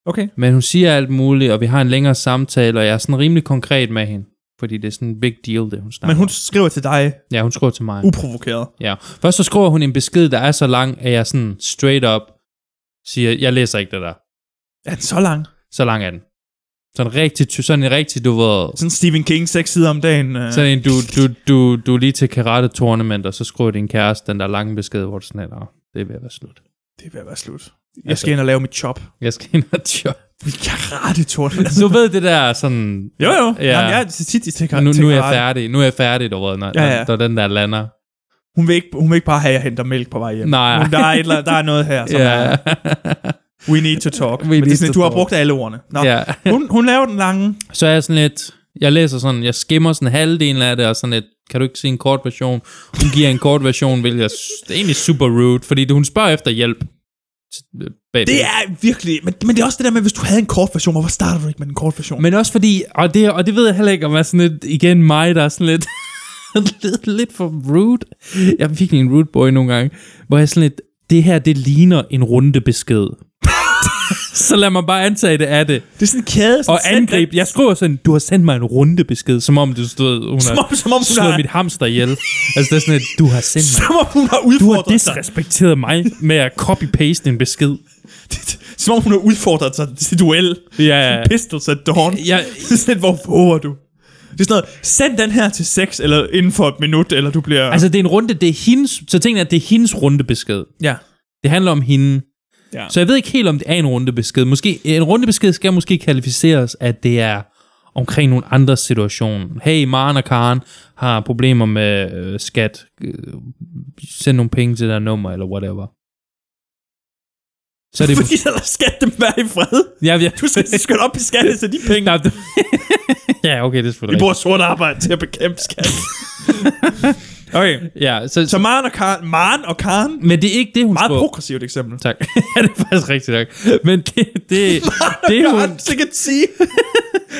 Okay.
Men hun siger alt muligt, og vi har en længere samtale, og jeg er sådan rimelig konkret med hende. Fordi det er sådan en big deal, det hun snakker
Men hun
om.
skriver til dig
Ja, hun skriver til mig.
uprovokeret.
Ja. Først så skriver hun en besked, der er så lang, at jeg sådan straight up siger, jeg læser ikke det der.
Er den så lang?
Så lang er den. Sådan rigtig, ty- sådan en rigtig, du ved,
Sådan Stephen King, seks sider om dagen. Øh.
sådan en, du, du, du, du er lige til karate tournament, og så skriver din kæreste den der lange besked, hvor du sådan er, "Nå, det er ved at være slut.
Det er ved at være slut. Jeg
Altså-
skal ind og lave mit job.
Jeg skal ind og tjøre.
Vi karate
<laughs>
tårn.
Du ved det der sådan,
Jo, jo.
Altså- Ja.
Ja. Jamen, jeg er så tit i til
nu, nu er jeg
karate.
færdig, nu er jeg færdig, du ved, når,
Ja, ja.
når, når den der lander.
Hun vil, ikke, hun vil ikke bare have, at jeg henter mælk på vej hjem.
Nej.
Hun, der, er et, eller andet- der er noget her, som er,
<laughs> Ja,
we need to talk. Men det
need
er sådan,
to
du har
talk.
brugt alle ordene. Nå.
ja.
Hun, hun laver den lange.
Så er jeg sådan lidt, jeg læser sådan, jeg skimmer sådan halvdelen af det, og sådan lidt, kan du ikke se en kort version? Hun giver en kort version, hvilket er s- det er egentlig super rude, fordi hun spørger efter hjælp. Bag
Det er virkelig... Men, men det er også det der med, hvis du havde en kort version, hvorfor starter du ikke med en kort version?
Men også fordi, og det, og det ved jeg heller ikke, om jeg er sådan lidt, igen mig, der er sådan lidt, <laughs> lidt, lidt for rude. Jeg er virkelig en rude boy nogle gange, hvor jeg er sådan lidt, det her, det ligner en rundebesked. <laughs> så lad mig bare antage, det er det.
det er sådan en kæde... Sådan
Og angribe. Jeg skriver sådan, du har sendt mig en rundebesked, som om du stod, hun
Som
har
om- som om hun
slået
har-
mit hamster ihjel. altså det er sådan, at du har sendt mig.
Som om hun har
Du har
udfordret sig.
disrespekteret mig med at copy-paste en besked.
<laughs> Som om hun har udfordret sig til duel.
Ja,
Pistols at dawn.
ja,
<laughs> Det er sådan, hvor våger du? Det er sådan noget, send den her til 6, eller inden for et minut, eller du bliver...
altså det er en runde, det er hendes, så tænk dig, at det er hendes rundebesked.
ja.
Det handler om hende.
Ja.
Så jeg ved ikke helt, om det er en rundebesked. Måske, en rundebesked skal måske kvalificeres, at det er omkring nogle andre situationer. Hey, Maren og Karen har problemer med øh, skat. Øh, send nogle penge til der nummer, eller whatever. Så er det...
<laughs> Fordi ellers skal dem være i fred.
ja, ja,
Du skal, du skal op i skattet, så de penge...
Nej, det- <laughs> ja, okay, det er
Vi
selvfølgelig
bruger sort arbejde til at bekæmpe skat. <laughs> okay.
rigtigt. Ja, så,
Så
så,
Maren og Karen... Maren og Karen...
men det er ikke det, hun
Meget
skriver.
progressivt eksempel.
Tak. <laughs> ja, det er faktisk rigtigt nok. Men det,
<laughs>
det, det,
Det
hun,
er sikkert sige. <laughs>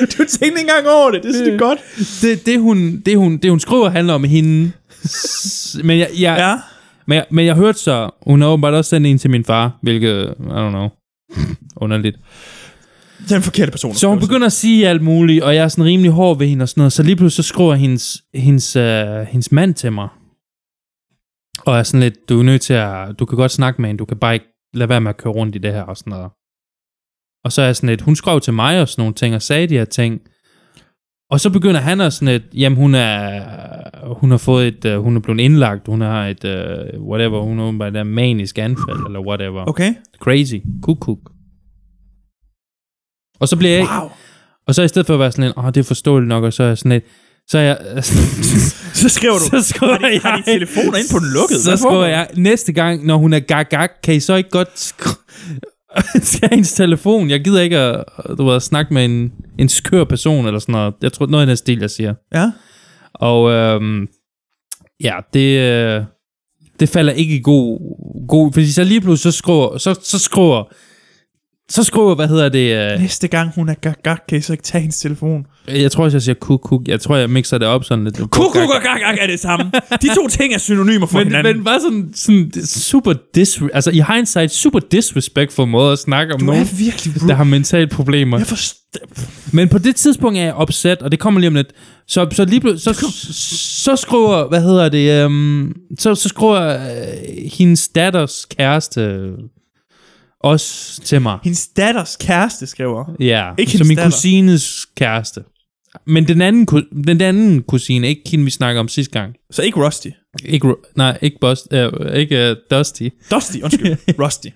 Du tænkte ikke engang over det. Det synes jeg godt.
det, det, hun, det, hun, det, hun skriver, handler om hende. S- Men jeg, jeg,
Ja.
Men jeg, men jeg hørte så, hun har åbenbart også sendt en til min far, hvilket, I don't know, underligt.
Den forkerte person.
Så hun begynder at sige alt muligt, og jeg er sådan rimelig hård ved hende og sådan noget, så lige pludselig så skriver hendes, hendes, øh, hendes mand til mig, og er sådan lidt, du er nødt til at, du kan godt snakke med hende, du kan bare ikke lade være med at køre rundt i det her og sådan noget. Og så er jeg sådan lidt, hun skrev til mig og sådan nogle ting, og sagde de her ting, og så begynder han at sådan et, jamen hun er, hun har fået et, øh, hun er blevet indlagt, hun har et, øh, whatever, hun har åbenbart et manisk anfald, eller whatever. Okay.
Okay.
Crazy. Kuk, kuk. Og så bliver jeg,
Wow.
og så i stedet for at være sådan lidt, åh, det er forståeligt nok, og så er jeg sådan lidt, så er jeg...
<laughs> Så skriver du.
<laughs> så skriver
Har de- har de telefoner inde på den lukkede?
Så
Hvad
skriver
foregår der?
jeg, næste gang, når hun er gag, gag kan I så ikke godt <laughs> skrive hendes telefon? Jeg gider ikke at, du ved, at snakke med en, en skør person eller sådan noget. Jeg tror, noget i den stil, jeg siger.
Ja.
Og øhm, ja, det, øh, det falder ikke i god, god... Fordi så lige pludselig, så skriver... Så, så skriver så skriver, hvad hedder det... Øh,
Næste gang hun er gak, gak kan I så ikke tage hendes telefon.
jeg tror også, jeg siger kuk, kuk. Jeg tror, jeg mixer det op sådan lidt.
Kukuk og gak, gak er det samme. De to ting er synonymer for
Men,
hinanden.
men bare sådan, sådan det er super disre- altså i hindsight, super disrespectful måde at snakke om
du
nogen,
er virkelig
der
rude.
har mentale problemer.
Jeg forstår.
Men på det tidspunkt er jeg opsat, og det kommer lige om lidt. Så, så lige pludselig, så, så skriver, hvad hedder det, øhm, så, så skriver øh, hendes datters kæreste også til mig.
Hendes datters kæreste skriver.
Ja,
Ikke
så
hendes
min
datter.
kusines kæreste. Men den anden, ku- den anden kusine, ikke hende, vi snakker om sidste gang.
Så ikke Rusty.
Ikke, Ru- nej, ikke, Bust, øh, ikke øh, Dusty.
Dusty, <laughs> undskyld. Rusty.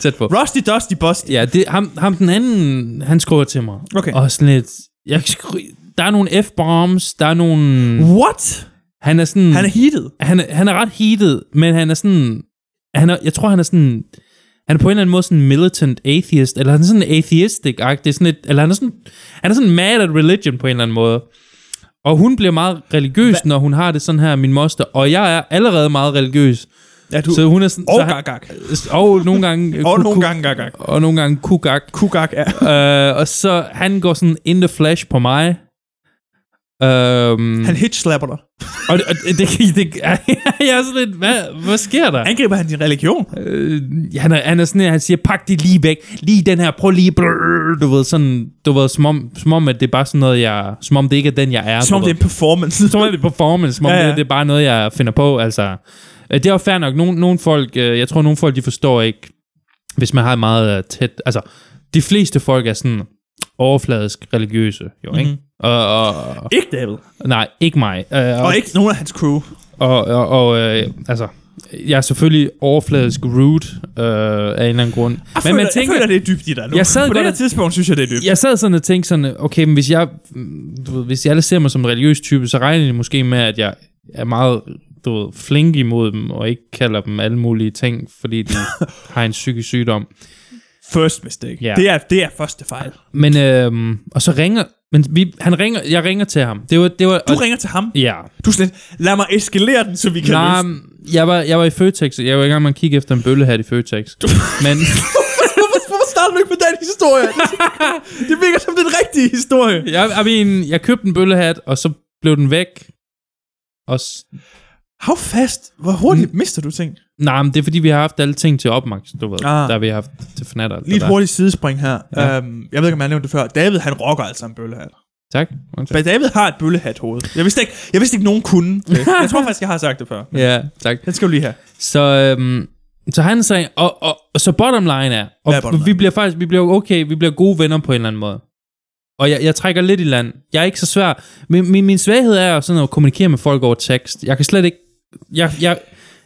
Tæt på.
Rusty, Dusty, Busty.
Ja, det, ham, ham den anden, han skriver til mig.
Okay.
Og sådan lidt, jeg, skri- der er nogle F-bombs, der er nogle...
What?
Han er sådan...
Han er heated.
han, er- han er ret heated, men han er sådan... Han er, jeg tror, han er sådan... Han er på en eller anden måde sådan en militant atheist, eller han er sådan atheistic det er sådan et, eller han er sådan, han er sådan mad at religion på en eller anden måde. Og hun bliver meget religiøs, Hva? når hun har det sådan her, min moster, og jeg er allerede meget religiøs.
Ja, du.
Så hun er sådan...
og
så han,
gak, gak.
og nogle gange... øh,
<laughs> Og
ku-
nogle
ku-
gange gak, gak.
Og nogle gange kugak.
Kugak er.
Øh, og så han går sådan in the flash på mig. Øhm,
Han hitchslapper dig.
og, og det, det, det, <laughs> jeg er sådan lidt, hvad, hvad sker der?
Angriber han din religion?
Øh, han, er, han er sådan her, han siger, pak det lige væk, lige den her, prøv lige, brrr, du ved, sådan, du ved, som om, som om, at det er bare sådan noget, jeg, som om det ikke er den, jeg er.
Som om
du
det
ved.
er en performance.
Som om det er performance, som om
Ja,
ja,
ja.
ja. Det, det er bare noget, jeg finder på, altså. Øh, Det er jo fair nok, nogle, nogle folk, øh, jeg tror, nogle folk, de forstår ikke, hvis man har meget øh, tæt, altså, de fleste folk er sådan overfladisk religiøse, jo,
Mhm.
ikke? Mm-hmm. Og, og, og,
Ikke David.
nej, ikke mig. Øh,
Og ikke nogen af hans crew.
og, og, og øh, altså, jeg er selvfølgelig overfladisk rude øh, af en eller anden grund.
Jeg føler, jeg føler, det er dybt i dig nu.
Jeg sad
På det
godt
her
og-
tidspunkt synes jeg, det er dybt.
jeg sad sådan og tænkte sådan, okay, men hvis jeg, mm, du ved, hvis jeg alle ser mig som en religiøs type, så regner de måske med, at jeg er meget du ved, flink imod dem, og ikke kalder dem alle mulige ting,
<laughs>
fordi de har en psykisk sygdom.
First mistake.
Ja.
Det, er, det er første fejl.
Men, øhm, og så ringer, Men vi, han ringer, jeg ringer til ham. Det var, det var,
Du
og-
ringer til ham.
Ja.
Du er sådan lidt, lad mig eskalere den, så vi kan
Nej,
løse den.
jeg var, jeg var i Føtex. Jeg var i gang med at kigge efter en bøllehat i Føtex. Men
<laughs>
<laughs>
Hvorfor, hvorfor starter du ikke med den historie? det virker som den rigtige historie.
jeg, jeg, mean, jeg købte en bøllehat, og så blev den væk. Og s-
How fast? Hvor hurtigt
Mm.
mister du ting?
nej, men det er fordi, vi har haft alle ting til opmaks, du ved.
Ah.
Ah. Der vi har haft til fnatter.
Lige et hurtigt sidespring her. Ja.
Ja.
Øhm, jeg ved ikke, om jeg har nævnt det før. David, han rocker altså en bøllehat.
Tak. Undskyld.
Men David har et bøllehat hoved. Jeg vidste ikke, jeg vidste ikke nogen kunne.
<laughs>
det. Jeg tror faktisk, jeg har sagt det før.
Ja, tak.
Den skal du lige have.
Så, øhm, så han sagde, og, og, og så bottom line er, og
Hvad er bottom line?
vi bliver faktisk, vi bliver okay, vi bliver gode venner på en eller anden måde. Og jeg, jeg trækker lidt i land. Jeg er ikke så svær. Min, min, min svaghed er sådan at kommunikere med folk over tekst. Jeg kan slet ikke... Jeg, jeg,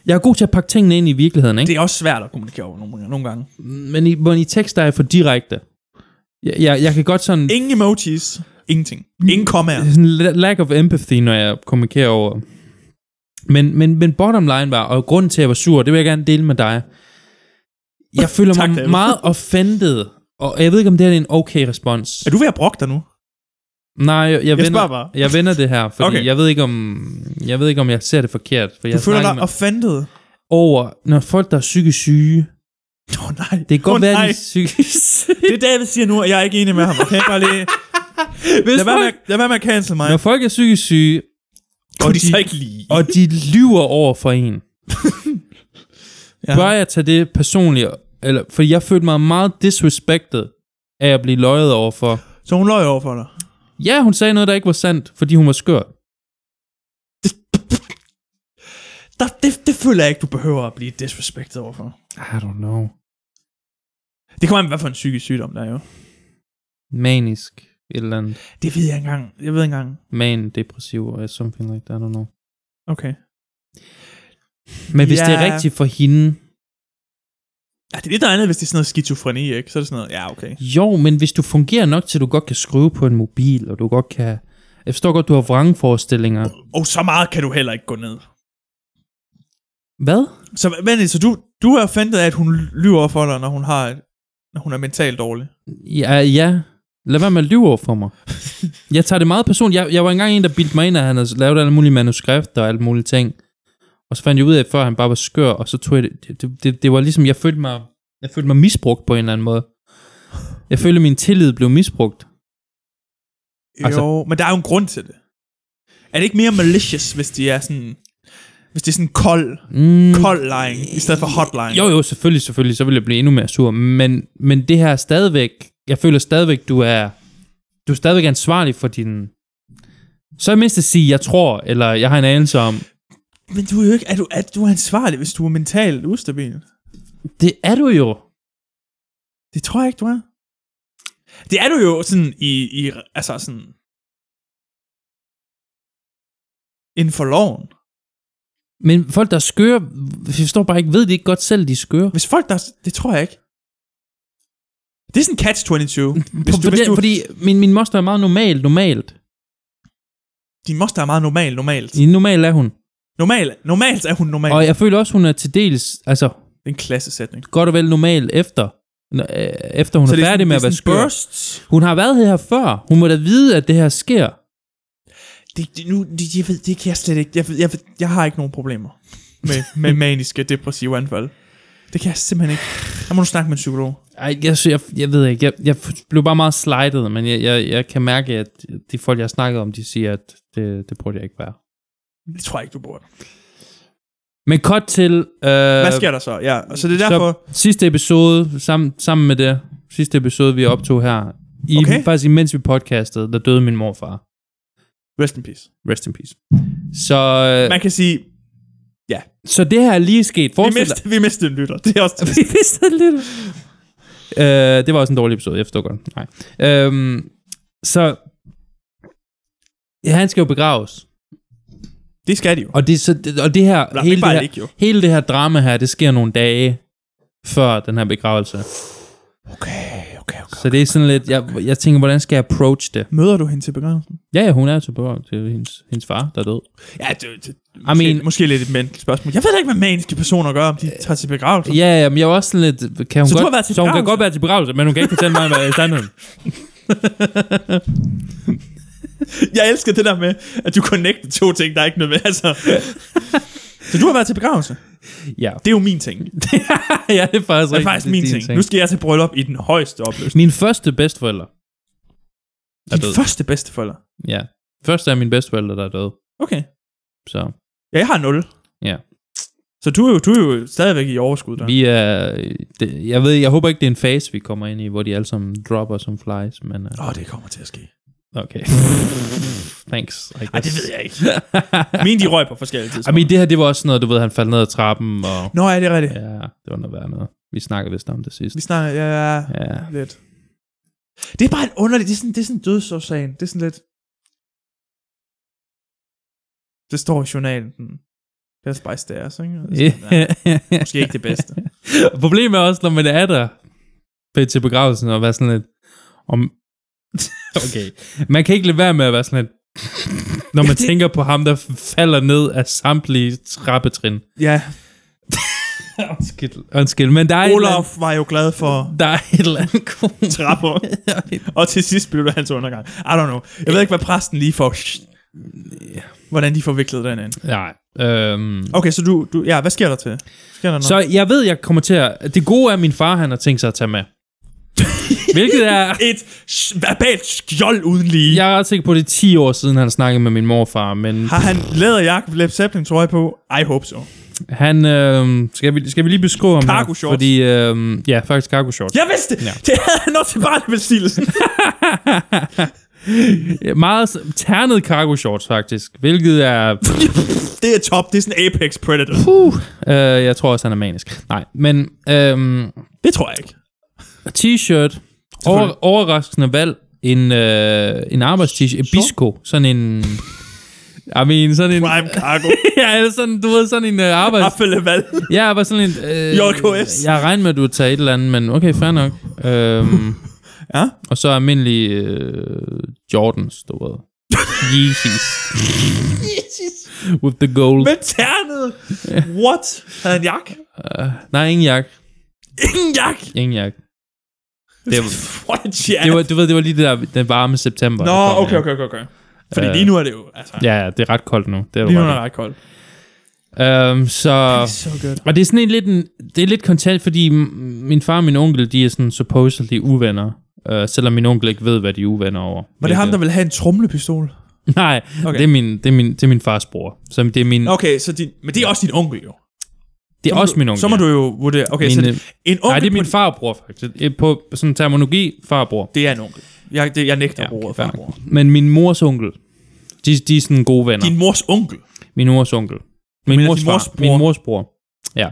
jeg er god til at pakke tingene ind i virkeligheden, ikke?
Det er også svært at kommunikere over nogle, nogle gange.
Det. Men, i, men i tekst der er jeg for direkte. Jeg, jeg, jeg kan godt sådan...
Ingen emojis. Ingenting. Ingen kommaer.
sådan la- lack of empathy, når jeg kommunikerer over. Men, men, men bottom line var, og grunden til, at jeg var sur, det vil jeg gerne dele med dig. Jeg
<laughs>
føler
Tak,
mig
David.
meget offended, og jeg ved ikke, om det her er en okay respons.
Er du ved at brokke dig nu?
Nej, jeg, jeg,
spørger
vender,
bare.
jeg vender
<laughs>
det her, fordi
Okay.
okay. jeg, ved ikke, om, jeg ved ikke, om jeg ser det forkert.
Du
For jeg
føler
snakker
dig
med-
offended.
over, når folk, der er psykisk syge,
Nå oh, nej.
det kan godt
Åh, <laughs>
oh, være,
nej.
de er psykisk syge.
Det David siger nu, og jeg er ikke enig med ham. Okay, bare lige...
<laughs> Hvis
Lad være med,
folk,
at- lad være med at cancel mig.
når folk er psykisk syge, og de,
lide. Og
og de lyver over for en,
Ja.
<laughs> ja. bør jeg tage det personligt? Eller, for jeg følte mig meget disrespected af at blive løjet over for.
så hun løj over for dig.
Ja, hun sagde noget, der ikke var sandt, fordi hun var skør.
Der, det, det føler jeg ikke, du behøver at blive disrespected overfor.
I don't know.
Det kommer an på, hvad for en psykisk sygdom der er jo.
Manisk. Et eller andet.
Det ved jeg ikke engang. Jeg ved ikke engang.
Man depressiv or something like that. I don't know.
Okay.
Men hvis det er
Ja.
rigtigt for hende...
Ja, det er lidt noget andet, hvis det er sådan noget skizofreni, ikke? Så er det sådan noget, ja, okay.
Jo, men hvis du fungerer nok til, at du godt kan skrive på en mobil, og du godt kan... Jeg forstår godt, du har vrangforestillinger.
Og så meget kan du heller ikke gå ned.
Hvad?
Så, men, så du, du er offentet af, at hun lyver over for dig, når hun, har et, når hun er mentalt dårlig.
Ja, ja. Lad være med at lyve over for mig. Jeg tager det meget personligt. Jeg, jeg var engang en, der bildte mig ind, at han havde lavet alle mulige manuskrifter og alle mulige ting. Og så fandt jeg ud af, at før han bare var skør, og så tog jeg det, det, det, det var ligesom, jeg følte, mig, jeg følte mig misbrugt på en eller anden måde. Jeg følte, at min tillid blev misbrugt.
Altså,
Altså-
jo, men der er jo en grund til det. Er det ikke mere malicious, hvis de er sådan... Hvis det er sådan kold,
Mm,
kold lying, i stedet for hot lying?
jo, jo, selvfølgelig, selvfølgelig, så ville jeg blive endnu mere sur. Men, men det her er stadigvæk, jeg føler stadigvæk, du er, du er stadigvæk ansvarlig for din... Så er jeg mindst at sige, jeg tror, eller jeg har en anelse om,
Men du er jo ikke... Er du, er, du er ansvarlig, hvis du er mentalt ustabil?
det er du jo.
Det tror jeg ikke, du er. Det er du jo sådan i... i altså sådan... Inden for loven.
Men folk, der er skøre, jeg forstår bare ikke, ved de ikke godt selv, de er skøre?
Hvis folk der... Det tror jeg ikke. Det er sådan catch-22. Hvis
Hvis
du, hvis du,
Mm, Fordi min, min moster er meget normal, normalt.
din moster er meget normal, normalt.
I normal er hun.
Normal, normalt er hun normal.
Mm. Og jeg føler også, hun er til dels, altså
Det er en klassesætning.
godt og vel normal efter, n- øh, efter hun er,
det
færdig
sådan-
med at
det er sådan
være skør.
bursts.
Hun har været her før. Hun må da vide, at det her sker.
Det, det, nu, det, jeg ved, det kan jeg slet ikke. Jeg, ved- jeg, ved, jeg har ikke nogen problemer med, med maniske depressive anfald. Det kan jeg simpelthen ikke. Der må du snakke med en psykolog.
Ej, jeg, sy- jeg, jeg ved ikke. Jeg, jeg blev bare meget slidet, men jeg, jeg, jeg kan mærke, at de folk, jeg har snakket om, de siger, at det, det burde jeg ikke være.
Det tror jeg ikke, du burde.
Men kort til... Øh,
Hvad sker der så? Ja, og så det er derfor...
Så sidste episode, sammen, sammen med det, sidste episode, vi optog her, i,
Okay.
okay. faktisk imens vi podcastede, der døde min morfar.
Rest in peace.
Rest in peace. Så, øh,
Man kan sige,
så det her er lige sket.
vi
Forestil dig.
mistede, vi mistede en lytter. Det er også det.
<laughs> Vi mistede lidt. Øh, det var også en dårlig episode, jeg forstår godt. Nej. Øhm, så, ja, han skal jo begraves.
Det skal de jo.
Og det, så, det- og det her,
Eller
hele
ikke bare
det her,
ikke jo.
hele det her drama her, det sker nogle dage før den her begravelse.
Okay, okay, okay.
Så det er sådan lidt, jeg, jeg tænker, hvordan skal jeg approach det?
Møder du hende til begravelsen?
Ja, ja, hun er til børn til hendes, hendes far, der er død.
Ja, det, det
I
måske,
mean-
måske lidt et menneskeligt spørgsmål. Jeg ved da ikke, hvad maniske personer gør, om de tager til begravelsen.
Ja, ja, men jeg var også sådan lidt... Kan hun
Så du
godt,
har været til
så hun kan
begravelse? <laughs>
godt være til begravelse, men hun kan ikke fortælle mig, hvad er sandheden.
Jeg elsker det der med, at du connecter to ting, der er ikke noget med.
<laughs>
Altså. Så du har været til begravelse.
ja. <laughs>
Det er jo min ting. Det
ja, det er faktisk
er
rigtigt.
faktisk min
din
ting. Nu skal jeg til bryllup i den højeste opløsning.
Min første bedsteforælder er
Din
død.
første bedsteforælder.
Ja. Første er min bedsteforælder, der er død.
Okay.
Så
Ja, jeg har 0.
Ja.
Så du er jo, du er jo stadigvæk i overskud der.
vi er... Det, jeg ved, jeg håber ikke, det er en fase, vi kommer ind i, hvor de alle sammen dropper som flies, men... Uh,
Åh, oh, det kommer til at ske. <laughs>
okay. Thanks. I
Nej, det ved jeg
<laughs>
ikke. Mine, de røg på forskellige
I
tidspunkter.
mean, det her, det var også sådan noget, du ved, han faldt ned ad trappen, og...
Nå, ja, det er rigtigt.
Ja, det var noget værd noget. Vi snakkede vist om det sidste.
Vi snakker, ja, ja,
Ja. <laughs>
lidt. Det er bare en underlig, det er sådan, det er sådan dødsårsagen. Det er sådan lidt... Det står i journalen. Hmm. That's by stairs, ikke? Det er sådan,
<laughs>
ja, måske ikke det bedste.
Problemet er også, når man er der be- til begravelsen og være sådan lidt... Om, okay. Man kan ikke lade være med at være sådan lidt... Når <laughs> man
Ja, det-
tænker på ham, der falder ned af samtlige trappetrin.
Ja,
Undskyld. Undskyld, men der er, et eller
Olaf
andet,
var jo glad
<laughs>
for
der er et eller andet god...
trapper. Og til sidst blev det hans undergang. I don't know. Jeg ved ikke, hvad præsten lige får... Hvordan de får viklet den ind.
<laughs> Nej. Øhm,
Okay, så du, du... Ja, hvad sker der til? Sker der noget?
så jeg ved, jeg kommer til at... Det gode er, at min far han har tænkt sig at tage <laughs> med. Hvilket er...
et s- verbalt skjold uden lige. Ja.
Jeg er ret sikker på, at det er 10 år siden, han snakkede med min morfar, men
Har han læderjakke, Led Zeppelin trøje på? I hope so.
Han, øh, skal, vi, skal vi lige beskrive ham
Cargo
her?
shorts.
Fordi, øh, ja, faktisk cargo shorts.
Jeg vidste det!
Ja.
Ja. Det <laughs> havde han også til
<laughs>
barnebesiddelsen.
Ja. Meget s- ternet cargo shorts, faktisk. Hvilket er...
det er top. Det er sådan Apex Predator.
Puh, øh, jeg tror også, han er manisk. Nej, men øh,
Det tror jeg ikke.
t-shirt. Over, overraskende valg. En, øh, en arbejdst-shirt. En
Short?
bisko. Sådan en... I mean, sådan en...
Prime <laughs> Cargo.
<laughs> Ja, eller sådan, du ved, sådan en øh, arbejds...
Affælde valg.
Ja, jeg var sådan en... Øh,
JKS.
Jeg regnede med, at du ville tage et eller andet, men okay, fair nok. Øhm,
<laughs> Ja.
Og så almindelige øh, Jordans, du ved. Yeezys. With the gold. Men...
Men ternet. What? Havde han jakke?
Uh, nej, ingen jakke.
Ingen jakke.
Ingen jakke. Det var,
What a chat.
det var, du ved, det var lige det der, den varme september.
Nå,
der kom,
okay,
ja.
okay, okay, okay. Fordi
Øh,
lige nu er det jo... Altså,
Ja, ja, det er ret koldt nu. Det er du
lige nu er
ret
det ret koldt.
i. øhm, så,
It's so good.
og det er sådan en lidt, en, det er lidt kontant, fordi m- min far og min onkel, de er sådan supposedly uvenner. Øh, selvom min onkel ikke ved, hvad de er uvenner over.
Var det ham,
Hvilket-
der ville have en trumlepistol?
<laughs> Nej, okay.
Okay.
det, er min, det, er min, det er min fars bror. Så det er, min, okay.
Okay, så din, men det er også din onkel jo.
det er
må
også
du-
min onkel.
Så må
ja.
du jo vurdere. Okay,
Min,
så
øh,
en onkel
Nej, det er
på
min farbror, faktisk. Øh, På sådan en terminologi, farbror.
Det er en onkel. Jeg, det, jeg nægter ja,
Ja,
ordet
fair
for
nok. Men min mors onkel, de, de er sådan gode venner.
Din mors onkel.
Min mors onkel. Min
mener
mors,
din
far.
mors bror?
Min mors bror. Ja.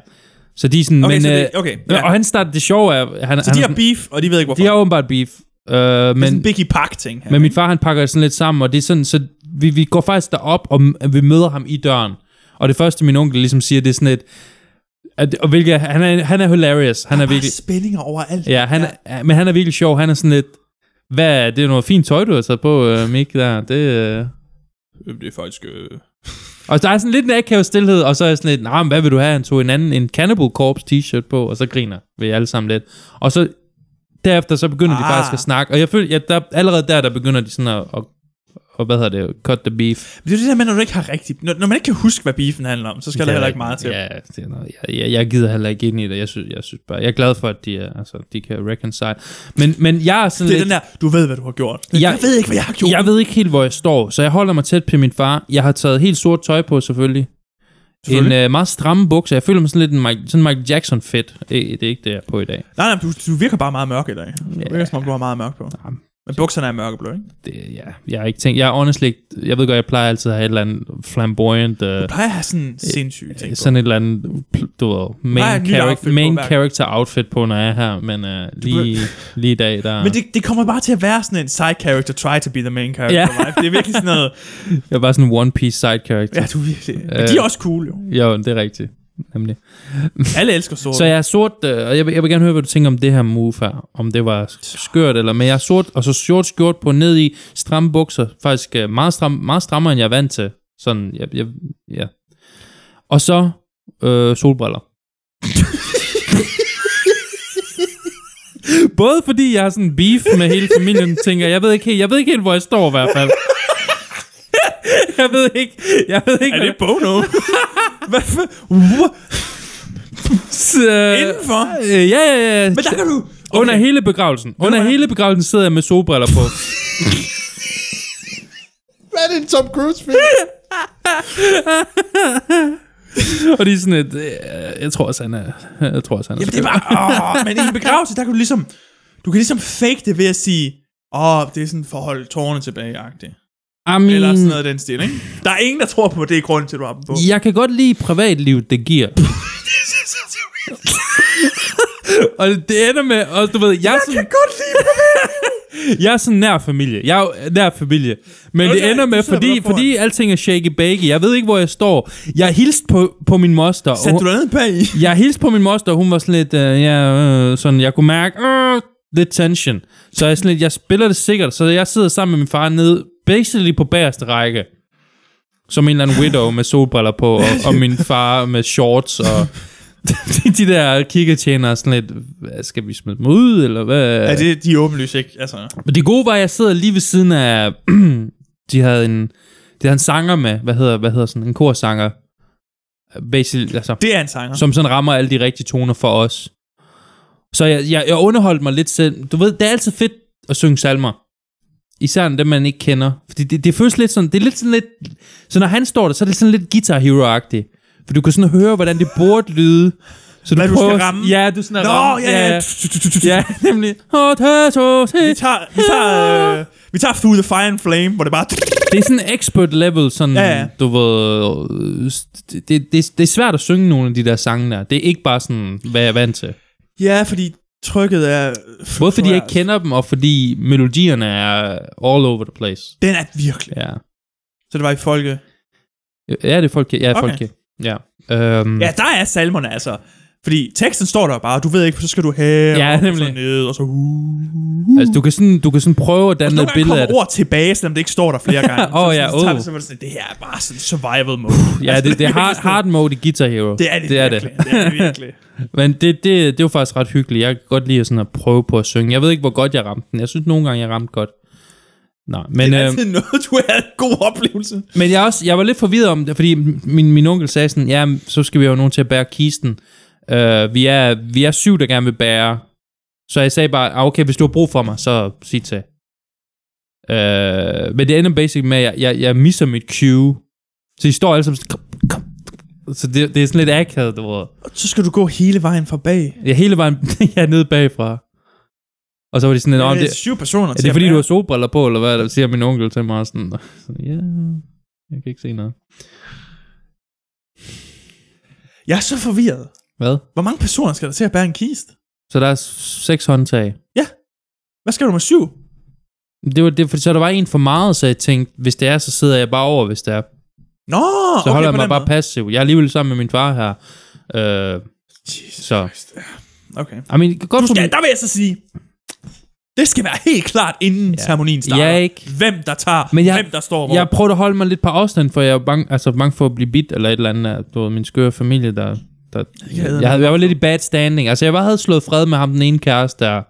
Så de er sådan...
Okay,
men,
så
øh,
det, okay. Ja.
Og han starter det sjove af... Han, han,
Så de har
sådan-
beef, og de ved ikke hvorfor.
de har åbenbart beef. Øh,
det er sådan
men,
en Biggie Park-ting. her,
men min
ikke?
far, han pakker det sådan lidt sammen, og det er sådan... Så vi, vi går faktisk derop, og m- vi møder ham i døren. Og det første, min onkel ligesom siger, det er sådan et... At, og hvilket, han, er, han er hilarious. Han er
Bare
virkelig...
spændinger overalt.
Ja, han Er, men han er virkelig sjov. Han er sådan lidt, hvad, det er noget fint tøj, du har taget på, øh, Mik, der. Det, øh.
Det er faktisk... Øh...
Og der er sådan lidt en akavet stillhed, og så er jeg sådan lidt, nej, men hvad vil du have? Han tog en anden, en Cannibal Corpse t-shirt på, og så griner vi alle sammen lidt. Og så derefter, så begynder ah. de
Ah.
faktisk at snakke, og jeg føler, ja, der, allerede der, der begynder de sådan at, at og hvad hedder det, cut the beef.
Det er det der med, når du ikke har rigtigt... Når, når man ikke kan huske, hvad beefen handler om, så skal der heller ikke meget til.
Ja, det er noget, jeg, jeg, jeg, gider heller ikke ind i det. Jeg synes, jeg synes bare, jeg er glad for, at de, er, altså, de kan reconcile. Men, men jeg er sådan
Det er
lidt,
den der, du ved, hvad du har gjort. Jeg,
Jeg-
jeg ved ikke, hvad jeg har gjort.
Jeg ved ikke helt, hvor jeg står, så jeg holder mig tæt på min far. Jeg har taget helt sort tøj på, selvfølgelig. En
Selvfølgelig.
øh, meget stramme bukser. Jeg føler mig sådan lidt en Mike, sådan Michael Jackson fedt. Øh, det er ikke det, jeg er på i dag.
Nej, nej, du, du virker bare meget mørk i dag. Du
Ja.
virker som om, du har meget mørk på.
Jamen.
Men bukserne er mørkeblå, ikke?
Det, ja, jeg har ikke tænkt... Jeg er honestly... ikke- Jeg ved godt, jeg plejer altid at have et eller andet flamboyant... Øh,
Du plejer at have sådan sindssyge ting på.
sådan et eller andet, pl- du ved,
Nej, et
main,
nyt outfit på
character, main
hver gang.
character outfit på, når jeg er her, men øh, lige, lige i dag, der...
Men det, det kommer bare til at være sådan en side character, try to be the main character.
Ja.
<laughs> vibe. Det er virkelig sådan noget...
Jeg er bare sådan en One Piece side
Ja,
character. <laughs> Ja.
du er virkelig... Men de er også cool,
<laughs>
jo.
Jo, det er rigtigt, nemlig.
Alle elsker sort.
Så jeg er sort, øh, og jeg vil, jeg vil gerne høre, hvad du tænker om det her move her. Om det var skørt eller... Men jeg er sort, og så sort skjort på ned i stramme bukser. Faktisk øh, meget, stram, meget strammere, end jeg er vant til. Sådan, jeg, jeg, ja. Og så øh, solbriller. <laughs> Både fordi jeg har sådan en beef med hele familien, tænker, jeg ved ikke helt, jeg ved ikke helt, hvor jeg står i hvert fald. <laughs> jeg ved ikke, jeg ved ikke,
Er det
hvad- <laughs>
Bono? Hvad for? What?
øh,
Indenfor?
Øh, ja, ja, ja.
Men der kan du...
Okay. Under hele begravelsen. Under
hvad?
hele begravelsen sidder jeg med solbriller
<laughs>
på.
Hvad er det en Tom Cruise film?
<laughs> og de er sådan et, øh, jeg tror også, han er, jeg tror også, han er.
Jamen, det er bare... Åh, men i en begravelse, der kan du ligesom... Du kan ligesom fake det ved at sige... Åh, oh, det er sådan for at holde tårerne tilbage, agtigt.
I mean,
Eller sådan noget af den stil, ikke? Der er ingen, der tror på, at det er grunden til, at du har dem på.
Jeg kan godt lide privatlivet, det giver. og det ender med, og du ved, jeg, er sådan,
godt lide det.
<laughs> jeg er sådan nær familie. Jeg er jo nær familie. Men
Okay,
det ender
du
med,
sidder
fordi,
bare foran.
fordi alting er shaky-baky. Jeg ved ikke, hvor jeg står. Jeg hilste på, på min moster. og
Satte
hun-
du dig ned bag i?
Jeg hilste på min moster, og hun var sådan lidt, øh, ja, øh, sådan, jeg kunne mærke, øh, lidt tension. Så jeg, sådan lidt, jeg spiller det sikkert, så jeg sidder sammen med min far nede, basically på bagerste række. Som en eller anden widow med solbriller på, og, og min far med shorts, og <laughs> de, de der kikkertjener er sådan lidt, hvad, skal vi smide dem ud, eller hvad?
Ja, det, de er åbenlyst ikke. Altså,
Men det gode var, at jeg sidder lige ved siden af... <clears throat> de havde en... De havde en sanger med, hvad hedder, hvad hedder sådan, en korsanger. Basically, altså,
det er en sanger.
som sådan rammer alle de rigtige toner for os. Så jeg, jeg, jeg underholdt mig lidt selv. Du ved, det er altid fedt at synge salmer. Især dem, man ikke kender. Fordi det, det føles lidt sådan, det er lidt sådan lidt, så når han står der, så er det sådan lidt Guitar Hero-agtigt. For du kan sådan høre, hvordan det burde lyde. Så
Hvad du skal
prøver,
ramme?
Ja, du sådan at
Nå,
ramme.
ja, ja.
Ja, <laughs> nemlig. Hot potato,
Vi tager, vi tager, øh, vi tager Through the Fire and Flame, hvor det bare...
Det er sådan expert level, sådan,
Ja, ja.
du ved, øh, det, det, det er svært at synge nogle af de der sange der. Det er ikke bare sådan, hvad jeg er vant til.
Ja, fordi trykket er...
Både fordi jeg ikke kender dem, og fordi melodierne er all over the place.
Den er virkelig.
Ja,
Så det var i folke.
ja det er folk, ja,
Okay.
okay. folk, ja. Øhm,
Ja, der er salmerne, altså. Fordi teksten står der bare, du ved ikke, så skal du have,
Ja,
og så
nemlig.
ned, og så... Uh,
altså, du kan sådan, du kan sådan prøve at danne
Nogle
et
gange
billede
kommer
af det.
ord tilbage, selvom det ikke står der flere gange.
<laughs> Åh,
Så-
ja,
så, tager
åh.
vi simpelthen sådan, det her er bare sådan survival mode.
Ja, det, det er hard,
virkelig sådan-
hard mode i Guitar Hero.
<laughs> Det er det,
det, er det.
virkelig. Det. det er det virkelig.
Men det, det, det var faktisk ret hyggeligt. Jeg kan godt lide sådan at prøve på at synge. Jeg ved ikke, hvor godt jeg ramte den. Jeg synes nogle gange, jeg ramte godt. Nå, <laughs> men...
Men, det er
øhm,
altid noget, du har en god oplevelse.
Men jeg, er også, jeg var lidt forvirret om det, fordi min, min onkel sagde sådan, ja, så skal vi jo have nogen til at bære kisten. Uh, vi, er, vi er syv, der gerne vil bære. Så jeg sagde bare, ah, okay, hvis du har brug for mig, så sig til. Uh, men det ender basic med, at jeg, jeg, jeg misser mit cue. Så I står alle sammen sådan, kom, kom. Så det, det er sådan lidt akavet, du ved.
Og Så skal du gå hele vejen fra bag.
Jeg hele vejen <laughs> jeg er nede bagfra. Og så var de sådan,
Nå,
"Nå, men
det,
det,
er syv personer
er det fordi, du har solbriller på, eller hvad? Der siger min onkel til mig og sådan, <laughs> sådan, ja, jeg kan ikke se noget.
Jeg er så forvirret.
Hvad?
Hvor mange personer skal der til at bære en kist?
Så der er s- seks håndtag.
Hvad skal du med syv?
Det var det, for så der var en for meget, så jeg tænkte, hvis det er, så sidder jeg bare over, hvis det er. Så
Nå, okay,
holder jeg
på
mig
den
bare
måde.
passiv. Jeg er alligevel sammen med min far her. Øh,
Jesus
så,
Christ, ja. Okay.
I mean, godt
Du
for
skal,
min-
der vil jeg så sige, det skal være helt klart, inden ja. ceremonien starter.
Jeg er ikke-
Hvem der tager,
Men jeg-
hvem der står hvor.
Jeg prøvede at holde mig lidt på afstand, for jeg er bange, altså bange for at blive bit eller et eller andet af du ved, min skøre familie, der... der jeg, jeg, jeg, var lidt i bad standing. Altså, jeg bare havde slået fred med ham, den ene kæreste der.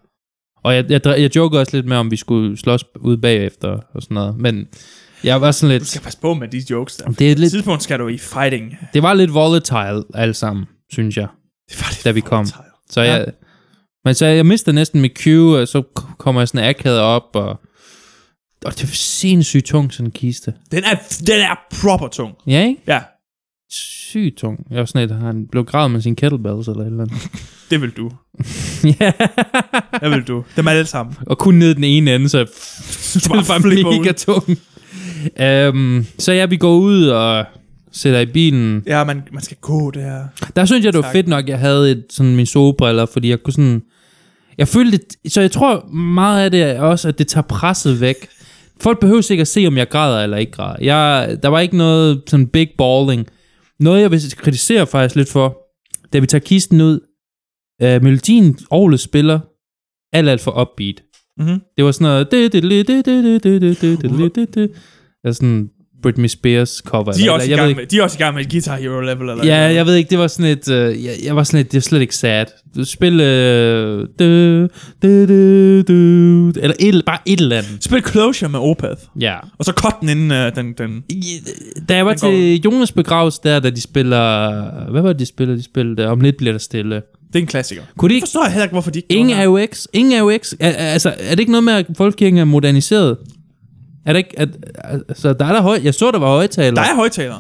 Og jeg, jeg, jeg jokede også lidt med, om vi skulle slås ud bagefter og sådan noget. Men jeg var sådan
Du
lidt...
skal passe på med de jokes der.
Det, er
På et
lidt,
tidspunkt skal du i fighting.
det var lidt volatile alt sammen, synes jeg.
Det var lidt
da vi kom.
volatile.
Så
Ja.
ja. jeg, men så jeg mister næsten mit cue, og så k- kommer jeg sådan akavet op, og, og det er sindssygt tung, sådan en kiste.
Den er, den er proper tung.
Ja, ikke?
Ja,
Sygt tung. Jeg var sådan et, han blev gravet med sine kettlebells eller et eller andet.
det vil du.
<laughs> ja.
Det vil du. Dem er alle sammen.
Og kun ned den ene ende, så
<laughs>
jeg
Du
det var
flipper ud.
mega tung. Øhm, så ja, vi går ud og sætter i bilen.
Ja, man, man skal gå der. Mhm.
Der synes jeg, det var
Tak.
fedt nok, jeg havde et, sådan mine solbriller, fordi jeg kunne sådan... Jeg følte det, så jeg tror meget af det er også, at det tager presset væk. Folk behøver ikke at se, om jeg græder eller ikke græder. Jeg, der var ikke noget sådan big balling. Noget, jeg vil kritisere faktisk lidt for, da vi tager kisten ud, øh, melodien Aarhus spiller alt, alt for upbeat.
Mhm.
Det var Altså sådan noget... Jeg er sådan, Britney Spears cover.
De er, også i
jeg ved
gang
ikke,
med, de er også i gang med et Guitar Hero level. Eller
Ja, jeg ved ikke, det var sådan et... Øh, jeg, jeg var sådan et, det er slet ikke sad. Du spil... Øh, du, du, du, du, eller et, bare et eller andet.
Spil Closure med Opeth.
Ja.
Og så cut den inden uh, den, den...
I- Da jeg var
Den går ud.
til Jonas begravelse der, da de spiller... Hvad var det, de spiller? De spillede Om lidt bliver der stille.
Det er en klassiker.
Kunne de
Det
ikke...
forstår jeg heller ikke, hvorfor de ikke gjorde
Ingen
det her.
AUX? Ingen AUX? Er, er- altså, er det ikke noget med, at folkekirken er moderniseret? Er det ikke... Er, altså, der er der høj... Jeg så, der var højtaler.
Der er højtalere.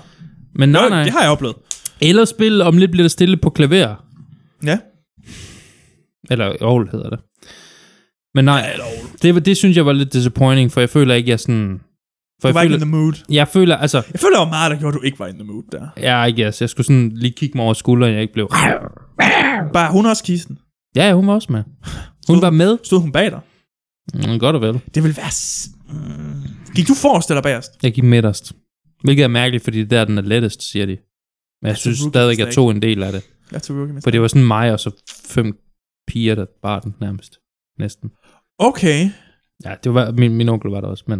Men nej,
Nå,
nej.
Det har jeg oplevet.
Eller spil Om lidt bliver der stille på klaver.
Ja.
Eller Aarhus hedder det. Men nej, det, var- det synes jeg var lidt disappointing, for jeg føler ikke, jeg sådan...
Du
For jeg
var ikke in
føler,
the mood.
jeg føler, altså...
Jeg føler, der var meget, der gjorde, at du ikke var in the mood der.
Ja, I guess. Jeg skulle sådan lige kigge mig over skulderen, jeg ikke blev...
Bare hun også kisten.
Ja, ja, hun var også med. Hun var med.
Stod hun bag dig?
Mm, godt og vel.
Det ville være... S- Mm. Gik du forrest eller bagerst?
Jeg gik midterst. Hvilket er mærkeligt, fordi det er der, den er lettest, siger de. Men jeg
så
synes
Altså, rookie
stadig, jeg
mistake.
tog en del af det.
Jeg tog rookie
For det var sådan mig og så fem piger, der bar den nærmest. Næsten.
Okay.
Ja, det var, min, min onkel var der også, men...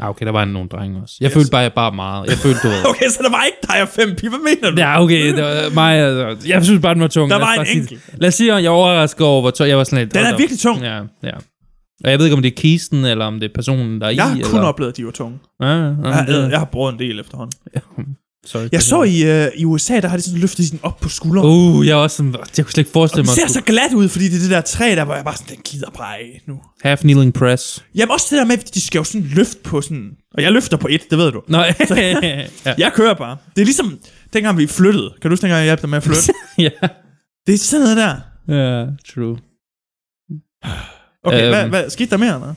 Ah, okay, der var nogle drenge også. Jeg
Yes.
yes. følte bare, jeg bar meget. Jeg følte, du
<laughs>
ved...
Okay, så der var ikke dig og fem piger. Hvad mener du?
Ja, okay, det var mig, altså, jeg synes bare, den var tung.
Der
Lad os
var
bare
en
sige det.
enkelt.
Lad os sige, at jeg er overrasket over, hvor tung jeg var sådan lidt.
Den
hold
er
da op.
virkelig tung.
Ja, ja. Og jeg ved ikke, om det er kisten, eller om det er personen, der er i.
Jeg har kun
eller...
oplevet, at de var tunge.
Ja, ja, ja,
Jeg,
det-
jeg, jeg har brugt en del efterhånden.
Sorry,
Jeg så i, øh, i USA, der har de sådan løftet sådan op på skulderen.
Uh, jeg er også sådan, jeg kunne slet ikke forestille
Det
mig,
ser
at
så glat ud, fordi det er det der træ, der hvor jeg bare sådan, den glider bare af nu.
skulle- half kneeling press.
Jamen også det der med, at de skal jo sådan løfte på sådan... Og jeg løfter på et, det ved du.
<laughs> Nej, ja.
Jeg kører bare. Det er ligesom, dengang vi flyttede. Kan du huske, dengang jeg hjalp dig med at
<laughs>
flytte?
ja.
det er sådan noget der.
ja, true.
Okay,
Øhm.
hvad, hvad skete der mere? Eller?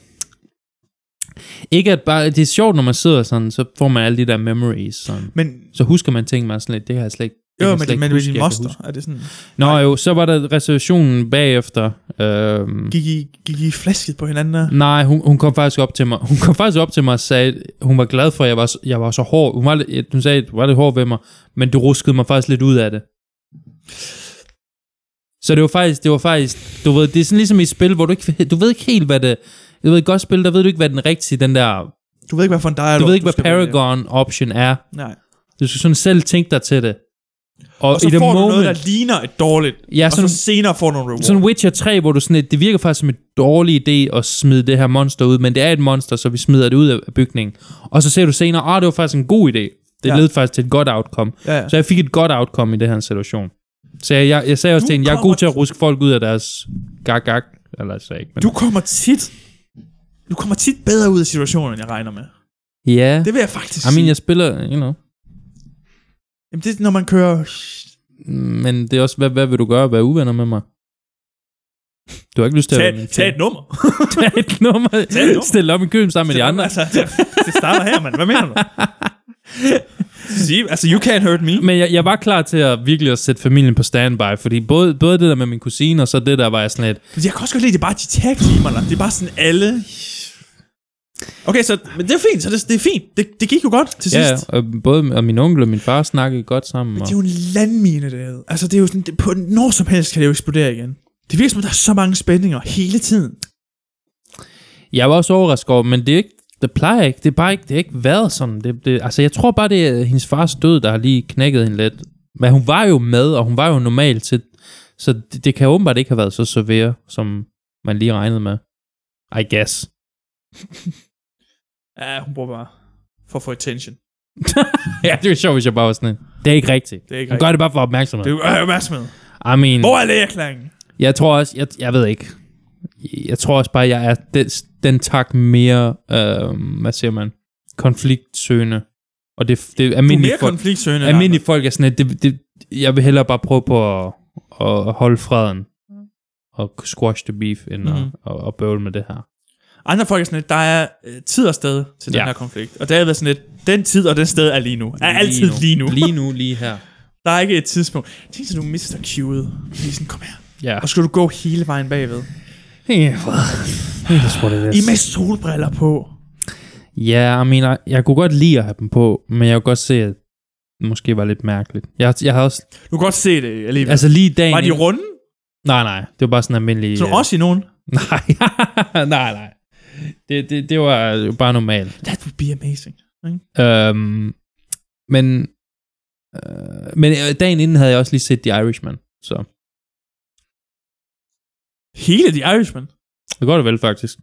Ikke at bare, det er sjovt, når man sidder sådan, så får man alle de der memories. Sådan.
Men,
Så husker man ting, man er sådan lidt, det har jeg slet ikke.
jo,
det kan jeg
men,
slet ikke
men
huske,
med din
jeg kan
moster,
huske.
er det sådan...
Nå jo, så var der reservationen bagefter. Øhm,
Gik I, gik I flasket på hinanden der?
nej, hun, hun, kom faktisk op til mig. Hun kom faktisk op til mig og sagde, hun var glad for, at jeg var, så- jeg var så hård. Hun, var, lidt- hun sagde, du var lidt hård ved mig, men du ruskede mig faktisk lidt ud af det. Så det var faktisk, det var faktisk, du ved, det er sådan ligesom i et spil, hvor du ikke, du ved ikke helt, hvad det, du ved et godt spil, der ved du ikke, hvad den rigtige, den der,
Du ved ikke, hvad for en dialog
du ved ikke, hvad
skal vælge.
Paragon option er.
Nej.
Du skal sådan selv tænke dig til det. Og,
Og så
i det
får du
moment,
noget, der ligner et dårligt.
ja,
Og så
sådan,
senere får du en reward.
sådan Witcher 3, hvor du sådan, et- det virker faktisk som en dårlig idé at smide det her monster ud, men det er et monster, så vi smider det ud af bygningen. Og så ser du senere, ah, det var faktisk en god idé. Det
Ja.
ja. led faktisk til et godt outcome.
ja, ja.
Så jeg fik et godt outcome i den her situation. Så jeg, jeg, jeg sagde også
Du
til hende, jeg er
kommer
god til at ruske folk ud af deres gak, gak. Eller jeg sagde ikke, men...
Du kommer tit... Du kommer tit bedre ud af situationen, end jeg regner med.
ja.
Det vil jeg faktisk
I mean,
sige.
jeg spiller, you know.
Jamen, det er, når man kører...
Men det er også, hvad, hvad vil du gøre? Være uvenner med mig? Du har ikke lyst til at
Tag,
være min
tag
<laughs> fjende.
et nummer.
Tag et nummer.
nummer.
Stil op i køen sammen med
<laughs>
de andre.
Altså, det, det starter her, mand. Hvad mener
<laughs>
du? Sige, altså, you can't hurt me.
Men jeg, jeg var klar til at virkelig at sætte familien på standby, fordi både, både det der med min kusine, og så det der var jeg sådan lidt,
Men jeg kan også godt lide, det er bare de tag-teamer, eller? det er bare sådan alle... Okay, så men det er fint, så det, det er fint. Det, det gik jo godt til
ja,
sidst.
og både og min onkel og min far snakkede godt sammen. Og,
Det er jo en landmine, det her. Altså, det er jo sådan, det, på når som helst kan det jo eksplodere igen. Det virker som, om, der er så mange spændinger hele tiden.
jeg var også overrasket over, men det er ikke, det plejer ikke, det er bare ikke, det har ikke været sådan. Det, det, altså jeg tror bare, det er hendes fars død, der har lige knækket hende lidt. Men hun var jo med, og hun var jo normal til, så det, det kan åbenbart ikke have været så severe, som man lige regnede med. I guess. <laughs>
Ja, hun bruger bare for at få attention.
ja, det er jo sjovt, hvis jeg bare var sådan en. Det er ikke rigtigt.
Det er ikke
Hun gør Mm. det bare for opmærksomhed.
Det er jo øh, opmærksomhed.
I mean,
Hvor er lægeerklæringen?
Jeg tror også, jeg, jeg ved ikke. Jeg tror også bare, jeg er den, den tak mere, øh, hvad siger man, konfliktsøgende. Og det, det er
Du er
almindelige,
mere
folk,
konfliktsøgende end
almindelige folk er sådan, at det, det, jeg vil hellere bare prøve på at, at holde freden og squash the beef, end mm-hmm.
Mhm.
at, at, at bøvle med det her.
andre folk er sådan lidt, der er øh, tid og sted til ja.
Ja.
den her konflikt. Og der har været sådan lidt, den tid og den sted er lige nu. Er altid lige nu.
Lige nu, lige
<laughs>
her.
Der er ikke et tidspunkt. Tænk så du mister Q'et. Lige sådan, kom her.
Ja.
Og så skal du gå hele vejen bagved.
Yeah, well, that's what it
I med solbriller på.
Ja, I mean, I- jeg kunne godt lide at have dem på, men jeg kunne godt se, at det måske var lidt mærkeligt. Jeg, jeg havde også,
Du kan godt se det alligevel. Altså,
altså lige dagen...
var de
inden-
runde?
Nej, nej. Det var bare sådan en almindelig... øh,
Så du
<laughs>
også i nogen?
Nej, nej, nej. Det, det, det var jo bare normalt.
That would be amazing.
Øhm, men øh, men øh, dagen inden havde jeg også lige set The Irishman, så
Hele The Irishman?
det går det vel faktisk.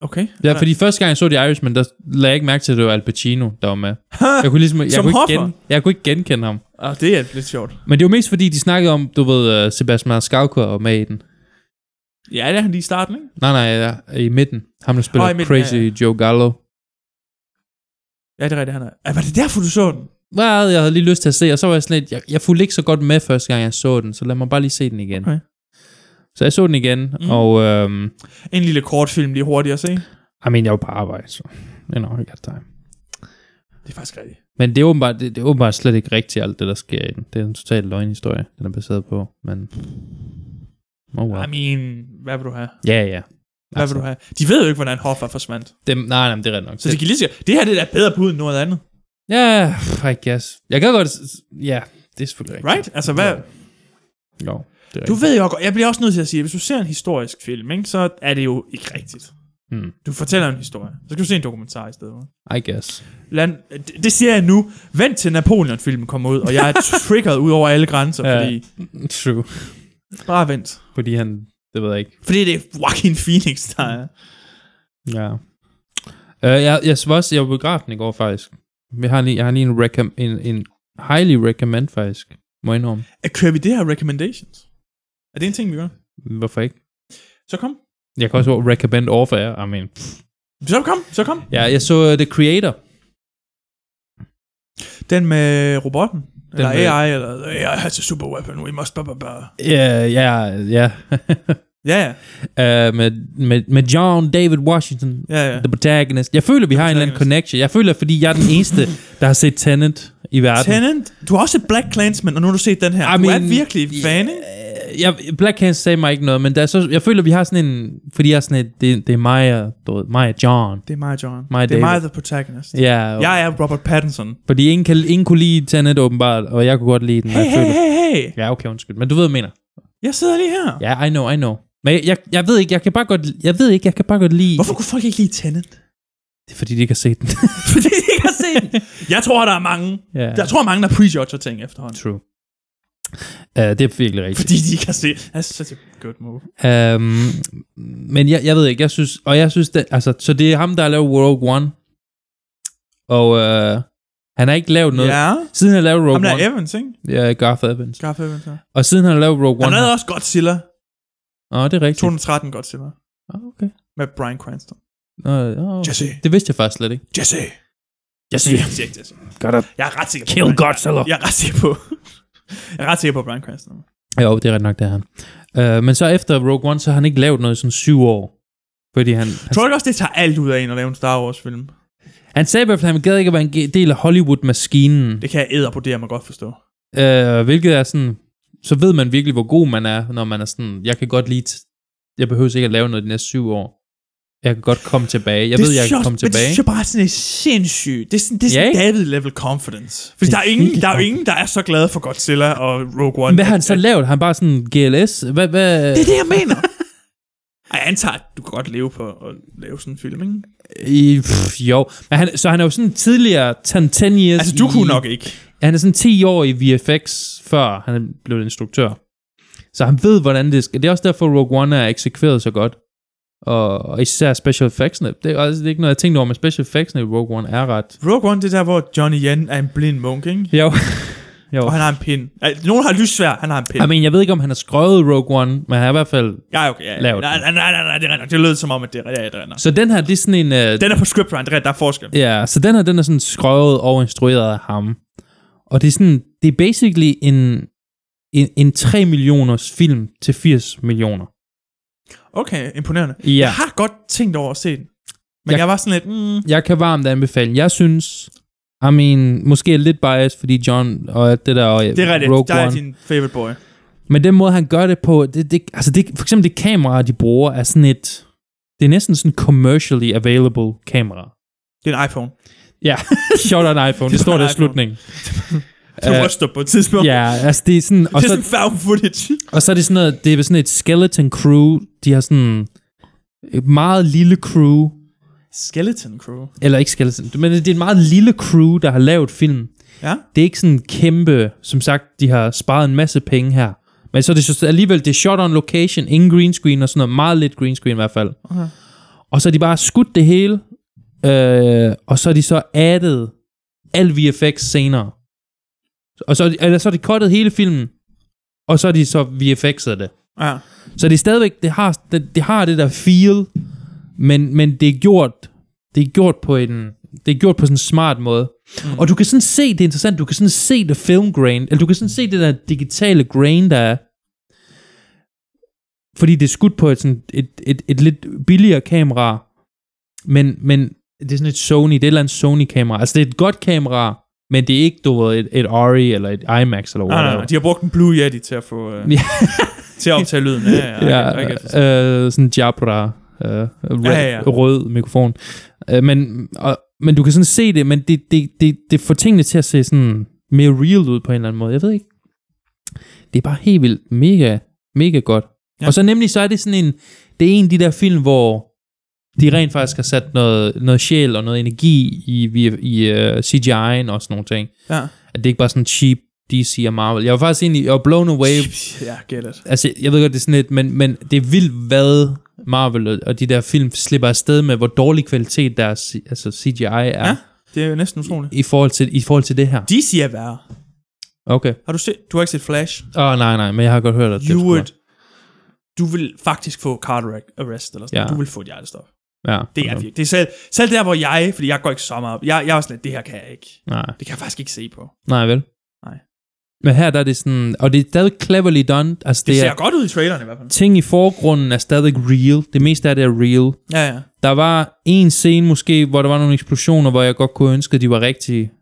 Okay.
Ja, fordi første gang jeg så The Irishman, der lagde jeg ikke mærke til, at det var Al Pacino, der var med.
Ha!
Jeg kunne ligesom, jeg,
Som
kunne ikke,
Hoffer?
gen, jeg kunne ikke genkende ham.
Ah, det er lidt sjovt.
Men det var mest fordi, de snakkede om, du ved, uh, Sebastian Maskauka og med i den.
Ja, det er han lige i starten, ikke?
Nej, nej, ja, i midten. Ham, der spiller
Åh, i
oh,
midten,
midten, Crazy
ja,
ja, ja. Joe Gallo.
Ja, det er rigtigt, han er. Ah, var det derfor, du så den?
Well, jeg havde lige lyst til at se, og så var jeg sådan lidt, jeg, jeg fulgte ikke så godt med første gang, jeg så den, så lad mig bare lige se den igen.
Okay.
Så jeg så den igen,
Mm.
mm. og øhm,
En lille kortfilm lige hurtigt at se.
I mean, jeg var på arbejde, så you know, I got time.
Det er faktisk rigtigt.
Men det er, åbenbart, det, det er åbenbart slet ikke rigtigt, alt det, der sker i den. Det er en total løgnhistorie, den er baseret på, men... Oh, wow.
I mean, hvad vil du have?
Ja, ja.
Hvad vil du have? De ved jo ikke, hvordan Hoffa forsvandt.
Dem, nej, nej, men det er ret nok.
Så det, de kan lige sige, det her det er da bedre bud end noget andet.
Ja, yeah, I guess. Jeg kan godt... s- s- Ja, det er selvfølgelig rigtigt.
Right? Altså, hvad,
Jo, det er
du
rigtigt.
ved jo godt, jeg bliver også nødt til at sige, at hvis du ser en historisk film, ikke, så er det jo ikke rigtigt.
Mm.
Du fortæller en historie. Så skal du se en dokumentar i stedet. hva'?
I guess. <laughs>
Land, det, det siger jeg nu. Vent til Napoleon-filmen kommer ud, og
<laughs>
jeg er triggeret ud over alle grænser,
Ja.
fordi...
True.
Bare vent.
Fordi han... Det ved jeg ikke.
Fordi det er Joaquin Phoenix, der er...
Ja. Uh, jeg, jeg var også... Jeg var i biografen i går, faktisk. Jeg har lige, jeg har lige en, recom- en, en highly recommend, faktisk. Må jeg indrømme.
At kører vi det her recommendations? Er det en ting, vi gør?
Hvorfor ikke?
Så kom.
Jeg kan også recommend over for jer. I mean...
Så kom, så kom.
Ja, jeg så uh, The Creator.
Den med robotten. Den eller
med-
AI, eller AI has a altså super weapon, we must... Blah, blah, blah.
Ja, ja, ja.
Ja, ja,
Øh, Med med- med John David Washington
ja, ja.
The Protagonist. Jeg føler, vi har en eller anden connection. Jeg føler, fordi jeg er den eneste, der har set Tenet i verden.
Tenant, du har også set Black Clansman, og nu har du set den her.
I
du er
mean,
virkelig fan, ikke?
Øh, Jeg, Black Can sagde mig ikke noget, men der er så, jeg føler, vi har sådan en... Fordi jeg er sådan et... Det, det er mig og mig og John.
Det er mig, John.
Mig,
det er mig,
David.
the protagonist.
Ja, yeah,
Jeg er Robert Pattinson.
fordi ingen, kan, ingen kunne lide Tenet åbenbart, og jeg kunne godt lide den. og
Hey,
jeg
hey,
føler-
hey, hey.
Ja, okay, undskyld. Men du ved, hvad jeg mener.
Jeg sidder lige her.
Ja, I know, I know. Men jeg, jeg, jeg ved ikke, jeg kan bare godt, jeg ved ikke, jeg kan bare godt lide...
Hvorfor kunne folk ikke lide Tenet?
Det er, fordi de ikke har set den.
<laughs>
<laughs>
Fordi de ikke har set den. <laughs> Jeg tror, der er mange.
ja,
Jeg tror, mange, der prejudger ting efterhånden.
true. Uh, det er virkelig rigtigt.
Fordi de ikke har set. That's such a good move.
Øhm, men jeg, jeg ved ikke, jeg synes, og jeg synes, det, altså, så det er ham, der har lavet Rogue One, og øh, han har ikke lavet noget,
Ja.
siden han lavede
Ham
Rogue
der
One,
Evans, ikke?
ja, Garth Evans,
Garth Evans, ja.
og siden han lavede Rogue
Han
One,
lavede også Godzilla.
åh, det er rigtigt,
2013 Godzilla.
Ah, okay,
Med Brian Cranston.
Nå, åh, okay.
Jesse.
det vidste jeg faktisk slet ikke,
Jesse.
jeg
Oh. Jesse. Jeg siger ikke Jesse.
Gotta
Jeg er ret sikker på.
kill
Brian-
Godzilla,
Jeg er ret sikker på. <laughs> jeg er ret sikker på Brian Cranston.
jo, det er ret nok, det er han, øh, men så efter Rogue One, så har han ikke lavet noget i sådan syv år, fordi han, han,
Tror du ikke også, det tager alt ud af en at lave en Star Wars-film?
han sagde i hvert fald, at han gad ikke at være en ge- del af Hollywood-maskinen,
Det kan jeg æder på det, jeg må godt forstå.
Øh, hvilket er sådan, så ved man virkelig, hvor god man er, når man er sådan, jeg kan godt lide, t- jeg behøver ikke at lave noget de næste syv år. Jeg kan godt komme tilbage. Jeg
det
ved, jeg
synes
kan komme
også- men Det
tilbage.
synes jeg bare er sådan er sindssygt. Det er sådan, det er
Ja,
sådan
ikke?
David-level confidence. Fordi
Det er
der er, ingen,
virkelig
der er jo ingen, der er så glade for Godzilla og Rogue One.
Hvad har han så lavet? Han bare sådan GLS? Hvad, hvad?
Det er det, jeg mener. <laughs> Ej, jeg antager, at du kan godt leve på at lave sådan en film, ikke?
I, pff, jo. Men han, så han er jo sådan tidligere 10, 10 years
Altså, du
i,
kunne nok ikke.
Han er sådan 10 år i VFX, før han blev instruktør. Så han ved, hvordan det skal. Det er også derfor, Rogue One er eksekveret så godt. Og, og især special effects'ene. Det er, også, det er ikke noget, jeg tænkte over, men special effects'ene i Rogue One er ret
Rogue One, det er der, hvor Johnny Yen er en blind munk, ikke?
Jo. jo.
Og han har en pind. Altså, nogen har lyssvær, han har en pind.
I mean, jeg ved ikke, om han har skrøvet Rogue One, men han er i hvert fald...
ja, okay. Ja, ja.
Lav den.
Nej, nej, nej, nej, nej, det er rent. Det lød som om, at det er ja, det er rent.
Så den her, det er sådan en... Øh,
Den er på scriptwriting, det er rigtigt, der er forskel.
ja, så den her, den er sådan skrøvet og instrueret af ham. Og det er sådan... Det er basically en, en, en 3 millioners film til 80 millioner.
Okay, imponerende.
Ja.
Jeg har godt tænkt over at se den. Men jeg,
Jeg-
jeg var sådan lidt, mm,
Jeg kan varmt anbefale. Jeg synes... I mean, måske er jeg lidt biased, fordi John og alt det der, og
det er rigtigt,
Rogue
der er
One.
din favorite boy.
Men den måde, han gør det på, det, det, altså det, for eksempel det kamera, de bruger, er sådan et, det er næsten sådan commercially available kamera.
Det er en iPhone.
Ja, shot on iPhone. Det
Det
står
var
der
en
i slutningen.
Det
Øh,
ryster på et tidspunkt. <laughs>
Ja, altså det er sådan... Og
Det er sådan
så,
found footage.
og så er det sådan noget, det er sådan et skeleton crew. De har sådan et meget lille crew.
Skeleton Crew.
Eller ikke Skeleton, men det er en meget lille crew, der har lavet film.
Ja.
Det er ikke sådan en kæmpe, som sagt, de har sparet en masse penge her. Men så er det så alligevel, det er shot on location, ingen green screen og sådan noget, meget lidt green screen i hvert fald.
Okay.
Og så har de bare skudt det hele, øh, og så er de så addet al VFX senere. Og så, eller så har de cuttet hele filmen, og så har de så VFX'et det.
Ja. Ah,
Så det er stadigvæk, det har det, det, har det der feel, men, men det er gjort, det er gjort på en, det er gjort på sådan en smart måde. Mm. Og du kan sådan se, det er interessant, du kan sådan se det film grain, eller du kan sådan se det der digitale grain, der er, fordi det er skudt på et, sådan, et, et, et lidt billigere kamera, men, men det er sådan et Sony, det er et eller andet Sony-kamera. Altså det er et godt kamera, men det er ikke, du ved, et, et Ari eller et IMAX eller
Nej,
whatever.
nej, nej. De har brugt en Blue Yeti til at få... Øh,
Ja.
<laughs> til at optage lyden. Ja, ja, ja.
ja,
Jeg, jeg, jeg,
øh, sådan en Jabra, øh, rød, ja,
Ja,
ja,
ja, ja.
rød mikrofon. Øh, men, og, men du kan sådan se det, men det, det, det, det får tingene til at se sådan mere real ud på en eller anden måde. Jeg ved ikke. Det er bare helt vildt mega, mega godt. Ja.
Ja.
Og så nemlig, så er det sådan en, det er en af de der film, hvor de rent faktisk har sat noget, noget sjæl og noget energi i, i, i uh, CGI'en og sådan nogle ting.
ja.
At det ikke bare er sådan cheap DC og Marvel. Jeg var faktisk egentlig, jeg var blown away
ja, get it.
Altså, jeg ved godt, det er sådan lidt, men, men det er vildt, hvad Marvel og- og de der film slipper afsted med, hvor dårlig kvalitet deres C- altså CGI er ja.
Ja. Det er jo næsten utroligt.
i, forhold til, i forhold til det her.
DC er værre.
Okay.
Har du set... Du har ikke set Flash?
Åh, oh, nej, nej, men jeg har godt hørt, at det
You
skulle
would... Du vil faktisk få cardiac arrest eller sådan
Ja.
ja. Du vil få et hjertestop.
være- Ja,
Det er
okay.
virkelig. Det er selv, selv der, hvor jeg... Fordi jeg går ikke så meget op. Jeg, jeg er sådan lidt, det her kan jeg ikke.
Nej,
Det kan jeg faktisk ikke se på.
nej vel.
Nej.
Men her der er det sådan, og det er stadig cleverly done. Altså,
Det,
det,
det
er,
ser godt ud i traileren i hvert fald.
ting i forgrunden er stadig real. Det meste af det er real.
Ja, ja.
Der var en scene måske, hvor der var nogle eksplosioner, hvor jeg godt kunne ønske, at de var rigtige.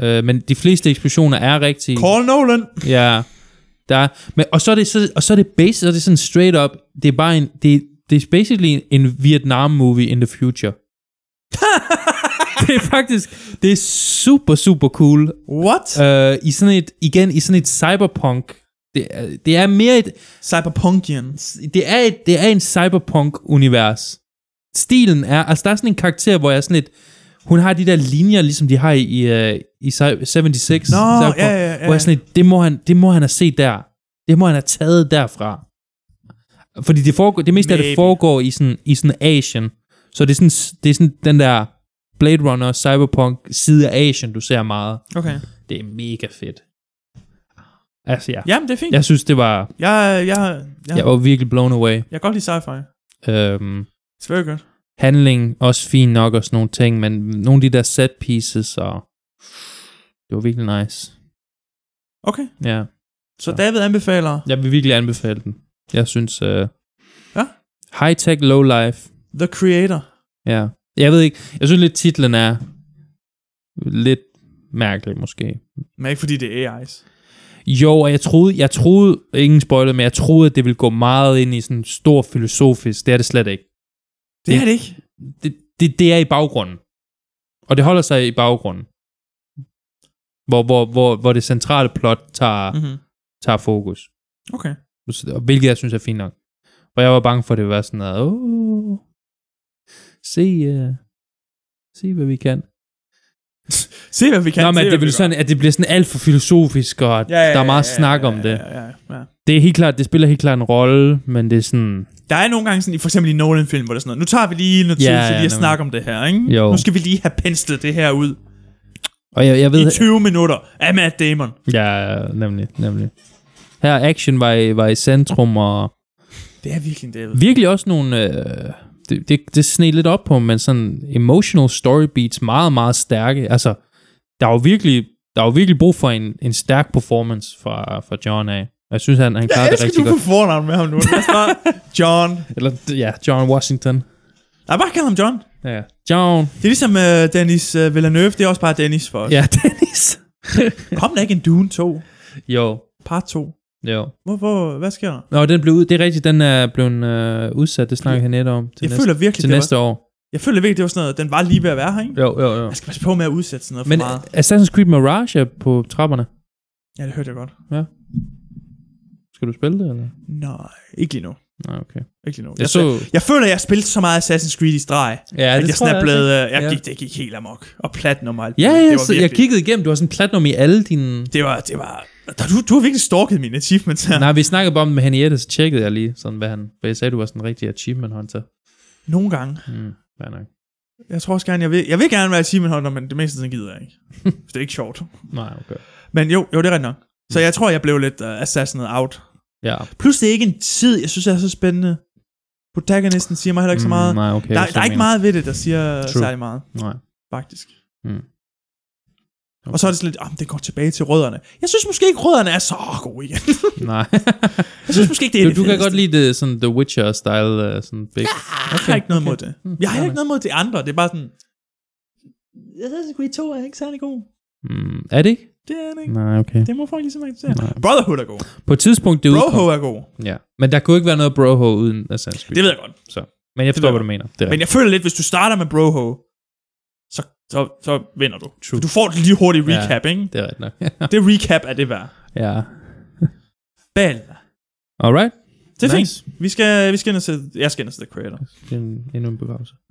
Øh, men de fleste eksplosioner er rigtige.
Paul Nolan.
Ja. Der, er- men, og så er det, så, og så er det basic, så er det sådan straight up, det er bare en, det, det er basically en Vietnam movie in the future. <laughs> det er faktisk, det er super, super cool.
What? Uh,
Uh, I sådan et, igen, i sådan et cyberpunk, det, er- det er mere et,
Cyberpunkian.
det er, et, det er en cyberpunk-univers. Stilen er, altså der er sådan en karakter, hvor jeg er sådan et, hun har de der linjer, ligesom de har i, i, øh, i Cy- 76.
Nå, ja,
Cyberpunk.
ja, ja.
Hvor jeg sådan lidt, det må, han, det må han have set der. Det må han have taget derfra. Fordi det, foregår, det meste af det
Maybe.
foregår i sådan, i sådan Asien. Så det er sådan, det er sådan den der Blade Runner, Cyberpunk side af Asien, du ser meget.
Okay.
Det er mega fedt. Altså ja.
Jamen, det er fint.
Jeg synes, det var...
Jeg, jeg, jeg,
Jeg var virkelig blown away.
jeg kan godt lide sci-fi.
Øhm,
It's very good.
handling også fint nok og sådan nogle ting, men nogle af de der set pieces, og det var virkelig nice.
Okay.
Ja.
Så David anbefaler...
Jeg vil virkelig anbefale den. Jeg synes... Øh,
Ja.
High Tech Low Life.
The Creator.
Ja. Jeg ved ikke. Jeg synes lidt titlen er lidt mærkelig måske.
Men ikke fordi det er AI's.
Jo, og jeg troede, jeg troede, ingen spoiler, men jeg troede, at det ville gå meget ind i sådan stor filosofisk. Det er det slet ikke.
Det
Det-
er det ikke.
Det, det, det er i baggrunden. Og det holder sig i baggrunden. Hvor, hvor, hvor, hvor det centrale plot tager, mm.
Mm-hmm.
tager fokus.
Okay.
Og Hvilket jeg synes er fint nok. Og jeg var bange for, at det ville være sådan noget, Åh, se, uh, se hvad vi kan.
Se, hvad vi kan.
kan Nå, men
se,
at
hvad
det,
vi
vil
gør.
sådan, at det bliver sådan alt for filosofisk, og at ja, ja, der er meget ja, snak om det.
Ja, ja, ja.
Det er helt klart, det spiller helt klart en rolle, men det er sådan,
Der er nogle gange sådan, i for eksempel i Nolan-film, hvor der er sådan noget, nu tager vi lige noget tid
Ja,
til
ja,
lige at
nemlig.
snakke om det her, ikke?
Jo.
Nu skal vi lige have penslet det her ud
og jeg, jeg ved,
i 20 minutter af Matt Damon.
ja, nemlig, nemlig. Her action var i, var i centrum, og
Det er virkelig en David.
virkelig også nogle, øh, det, det, det sned lidt op på, men sådan emotional story beats, meget, meget stærke. Altså, der er jo virkelig, der er jo virkelig brug for en, en stærk performance fra, fra John A. Jeg synes, han, han
Jeg
klarer det
elsker,
rigtig
du
godt.
på fornavn med ham nu. Lad os bare-
<laughs>
John.
Eller, ja, John Washington.
Nej, bare kald ham John.
Ja, John.
Det er ligesom uh, Dennis uh, Villeneuve, det er også bare Dennis for os.
Ja, <laughs> Dennis.
Kom der ikke en Dune 2,
Jo,
part 2?
jo.
Hvor, hvor, hvad sker der?
Nå, den blev ud, det er rigtigt, den er blevet øh, udsat, det snakker jeg netop om, til,
Jeg
næste,
føler virkelig,
til
det
næste år.
var, jeg føler virkelig, det var sådan noget, den var lige ved at være her, ikke?
Jo, jo, jo.
Man skal passe på med at udsætte sådan noget for
Men
meget.
Assassin's Creed Mirage er på trapperne.
Ja, det hørte jeg godt.
Skal du spille det, eller?
Nej, ikke lige nu.
Nå, okay.
Ikke lige nu.
Jeg,
Jeg,
så...
jeg, jeg føler, jeg spillede så meget Assassin's Creed i streg.
Ja,
at jeg
tror
snart
også,
blev,
ikke?
øh, jeg
Ja.
gik, det gik helt amok. Og platinum og alt.
Ja,
muligt.
ja,
det var
så jeg
virkelig-
kiggede igennem. Du har sådan platinum i alle dine...
Det var, det var, du, du har virkelig stalket mine achievements her.
Nej, vi snakkede bare om det med Henriette, så tjekkede jeg lige, sådan, hvad han... For jeg sagde, du var sådan en rigtig achievement hunter.
Nogle gange.
Mm, fair nok.
Jeg tror også gerne, jeg vil, jeg vil gerne være achievement hunter, men det meste af tiden gider jeg
<laughs>
ikke. For det er ikke sjovt.
Nej, okay.
Men jo, jo det er rigtigt nok.
Mm.
Så jeg tror, jeg blev lidt uh, assassinet out.
Ja.
Plus det er ikke en tid, jeg synes er så spændende. Protagonisten siger mig heller ikke så meget.
Mm, nej, okay.
der,
jeg
der er
så
ikke
mener.
meget ved det, der siger True.
True.
særlig meget, <laughs>
Nej.
faktisk.
Mm.
Okay. Og så er det sådan lidt, oh, det går tilbage til rødderne. Jeg synes måske ikke, rødderne er så gode igen.
Nej.
Jeg synes måske ikke, det er
du,
det
du kan
fedeste.
godt lide det, sådan The Witcher-style, uh, sådan big.
Jeg har ikke noget mod det.
Mm,
Jeg har
fair
ikke
nok.
noget mod de andre. Det er bare sådan... Jeg synes, at 2 er ikke særlig god.
Mm, er det ikke?
Det er den ikke.
Nej, okay.
Det må folk ligesom acceptere.
Nej.
Brotherhood er god.
På et tidspunkt, det
Broho
udkom.
er god.
Ja. Men der kunne ikke være noget broho uden Assassin's Creed.
Det ved jeg godt.
Så. Men jeg
ved
forstår,
jeg
hvad du mener. Det er
Men
rigtigt.
jeg føler lidt, hvis du starter med Broho, så, så, så vinder du. True. Du får et lige hurtigt
Ja.
recap, ja. ikke?
Det er rigtigt nok. <laughs>
Det recap er det værd.
ja.
Bal.
Alright.
Det er nice.
Nice.
fint. Vi skal, vi skal ind og se, jeg skal ind og se The Creator.
Det er en, endnu en begravelse.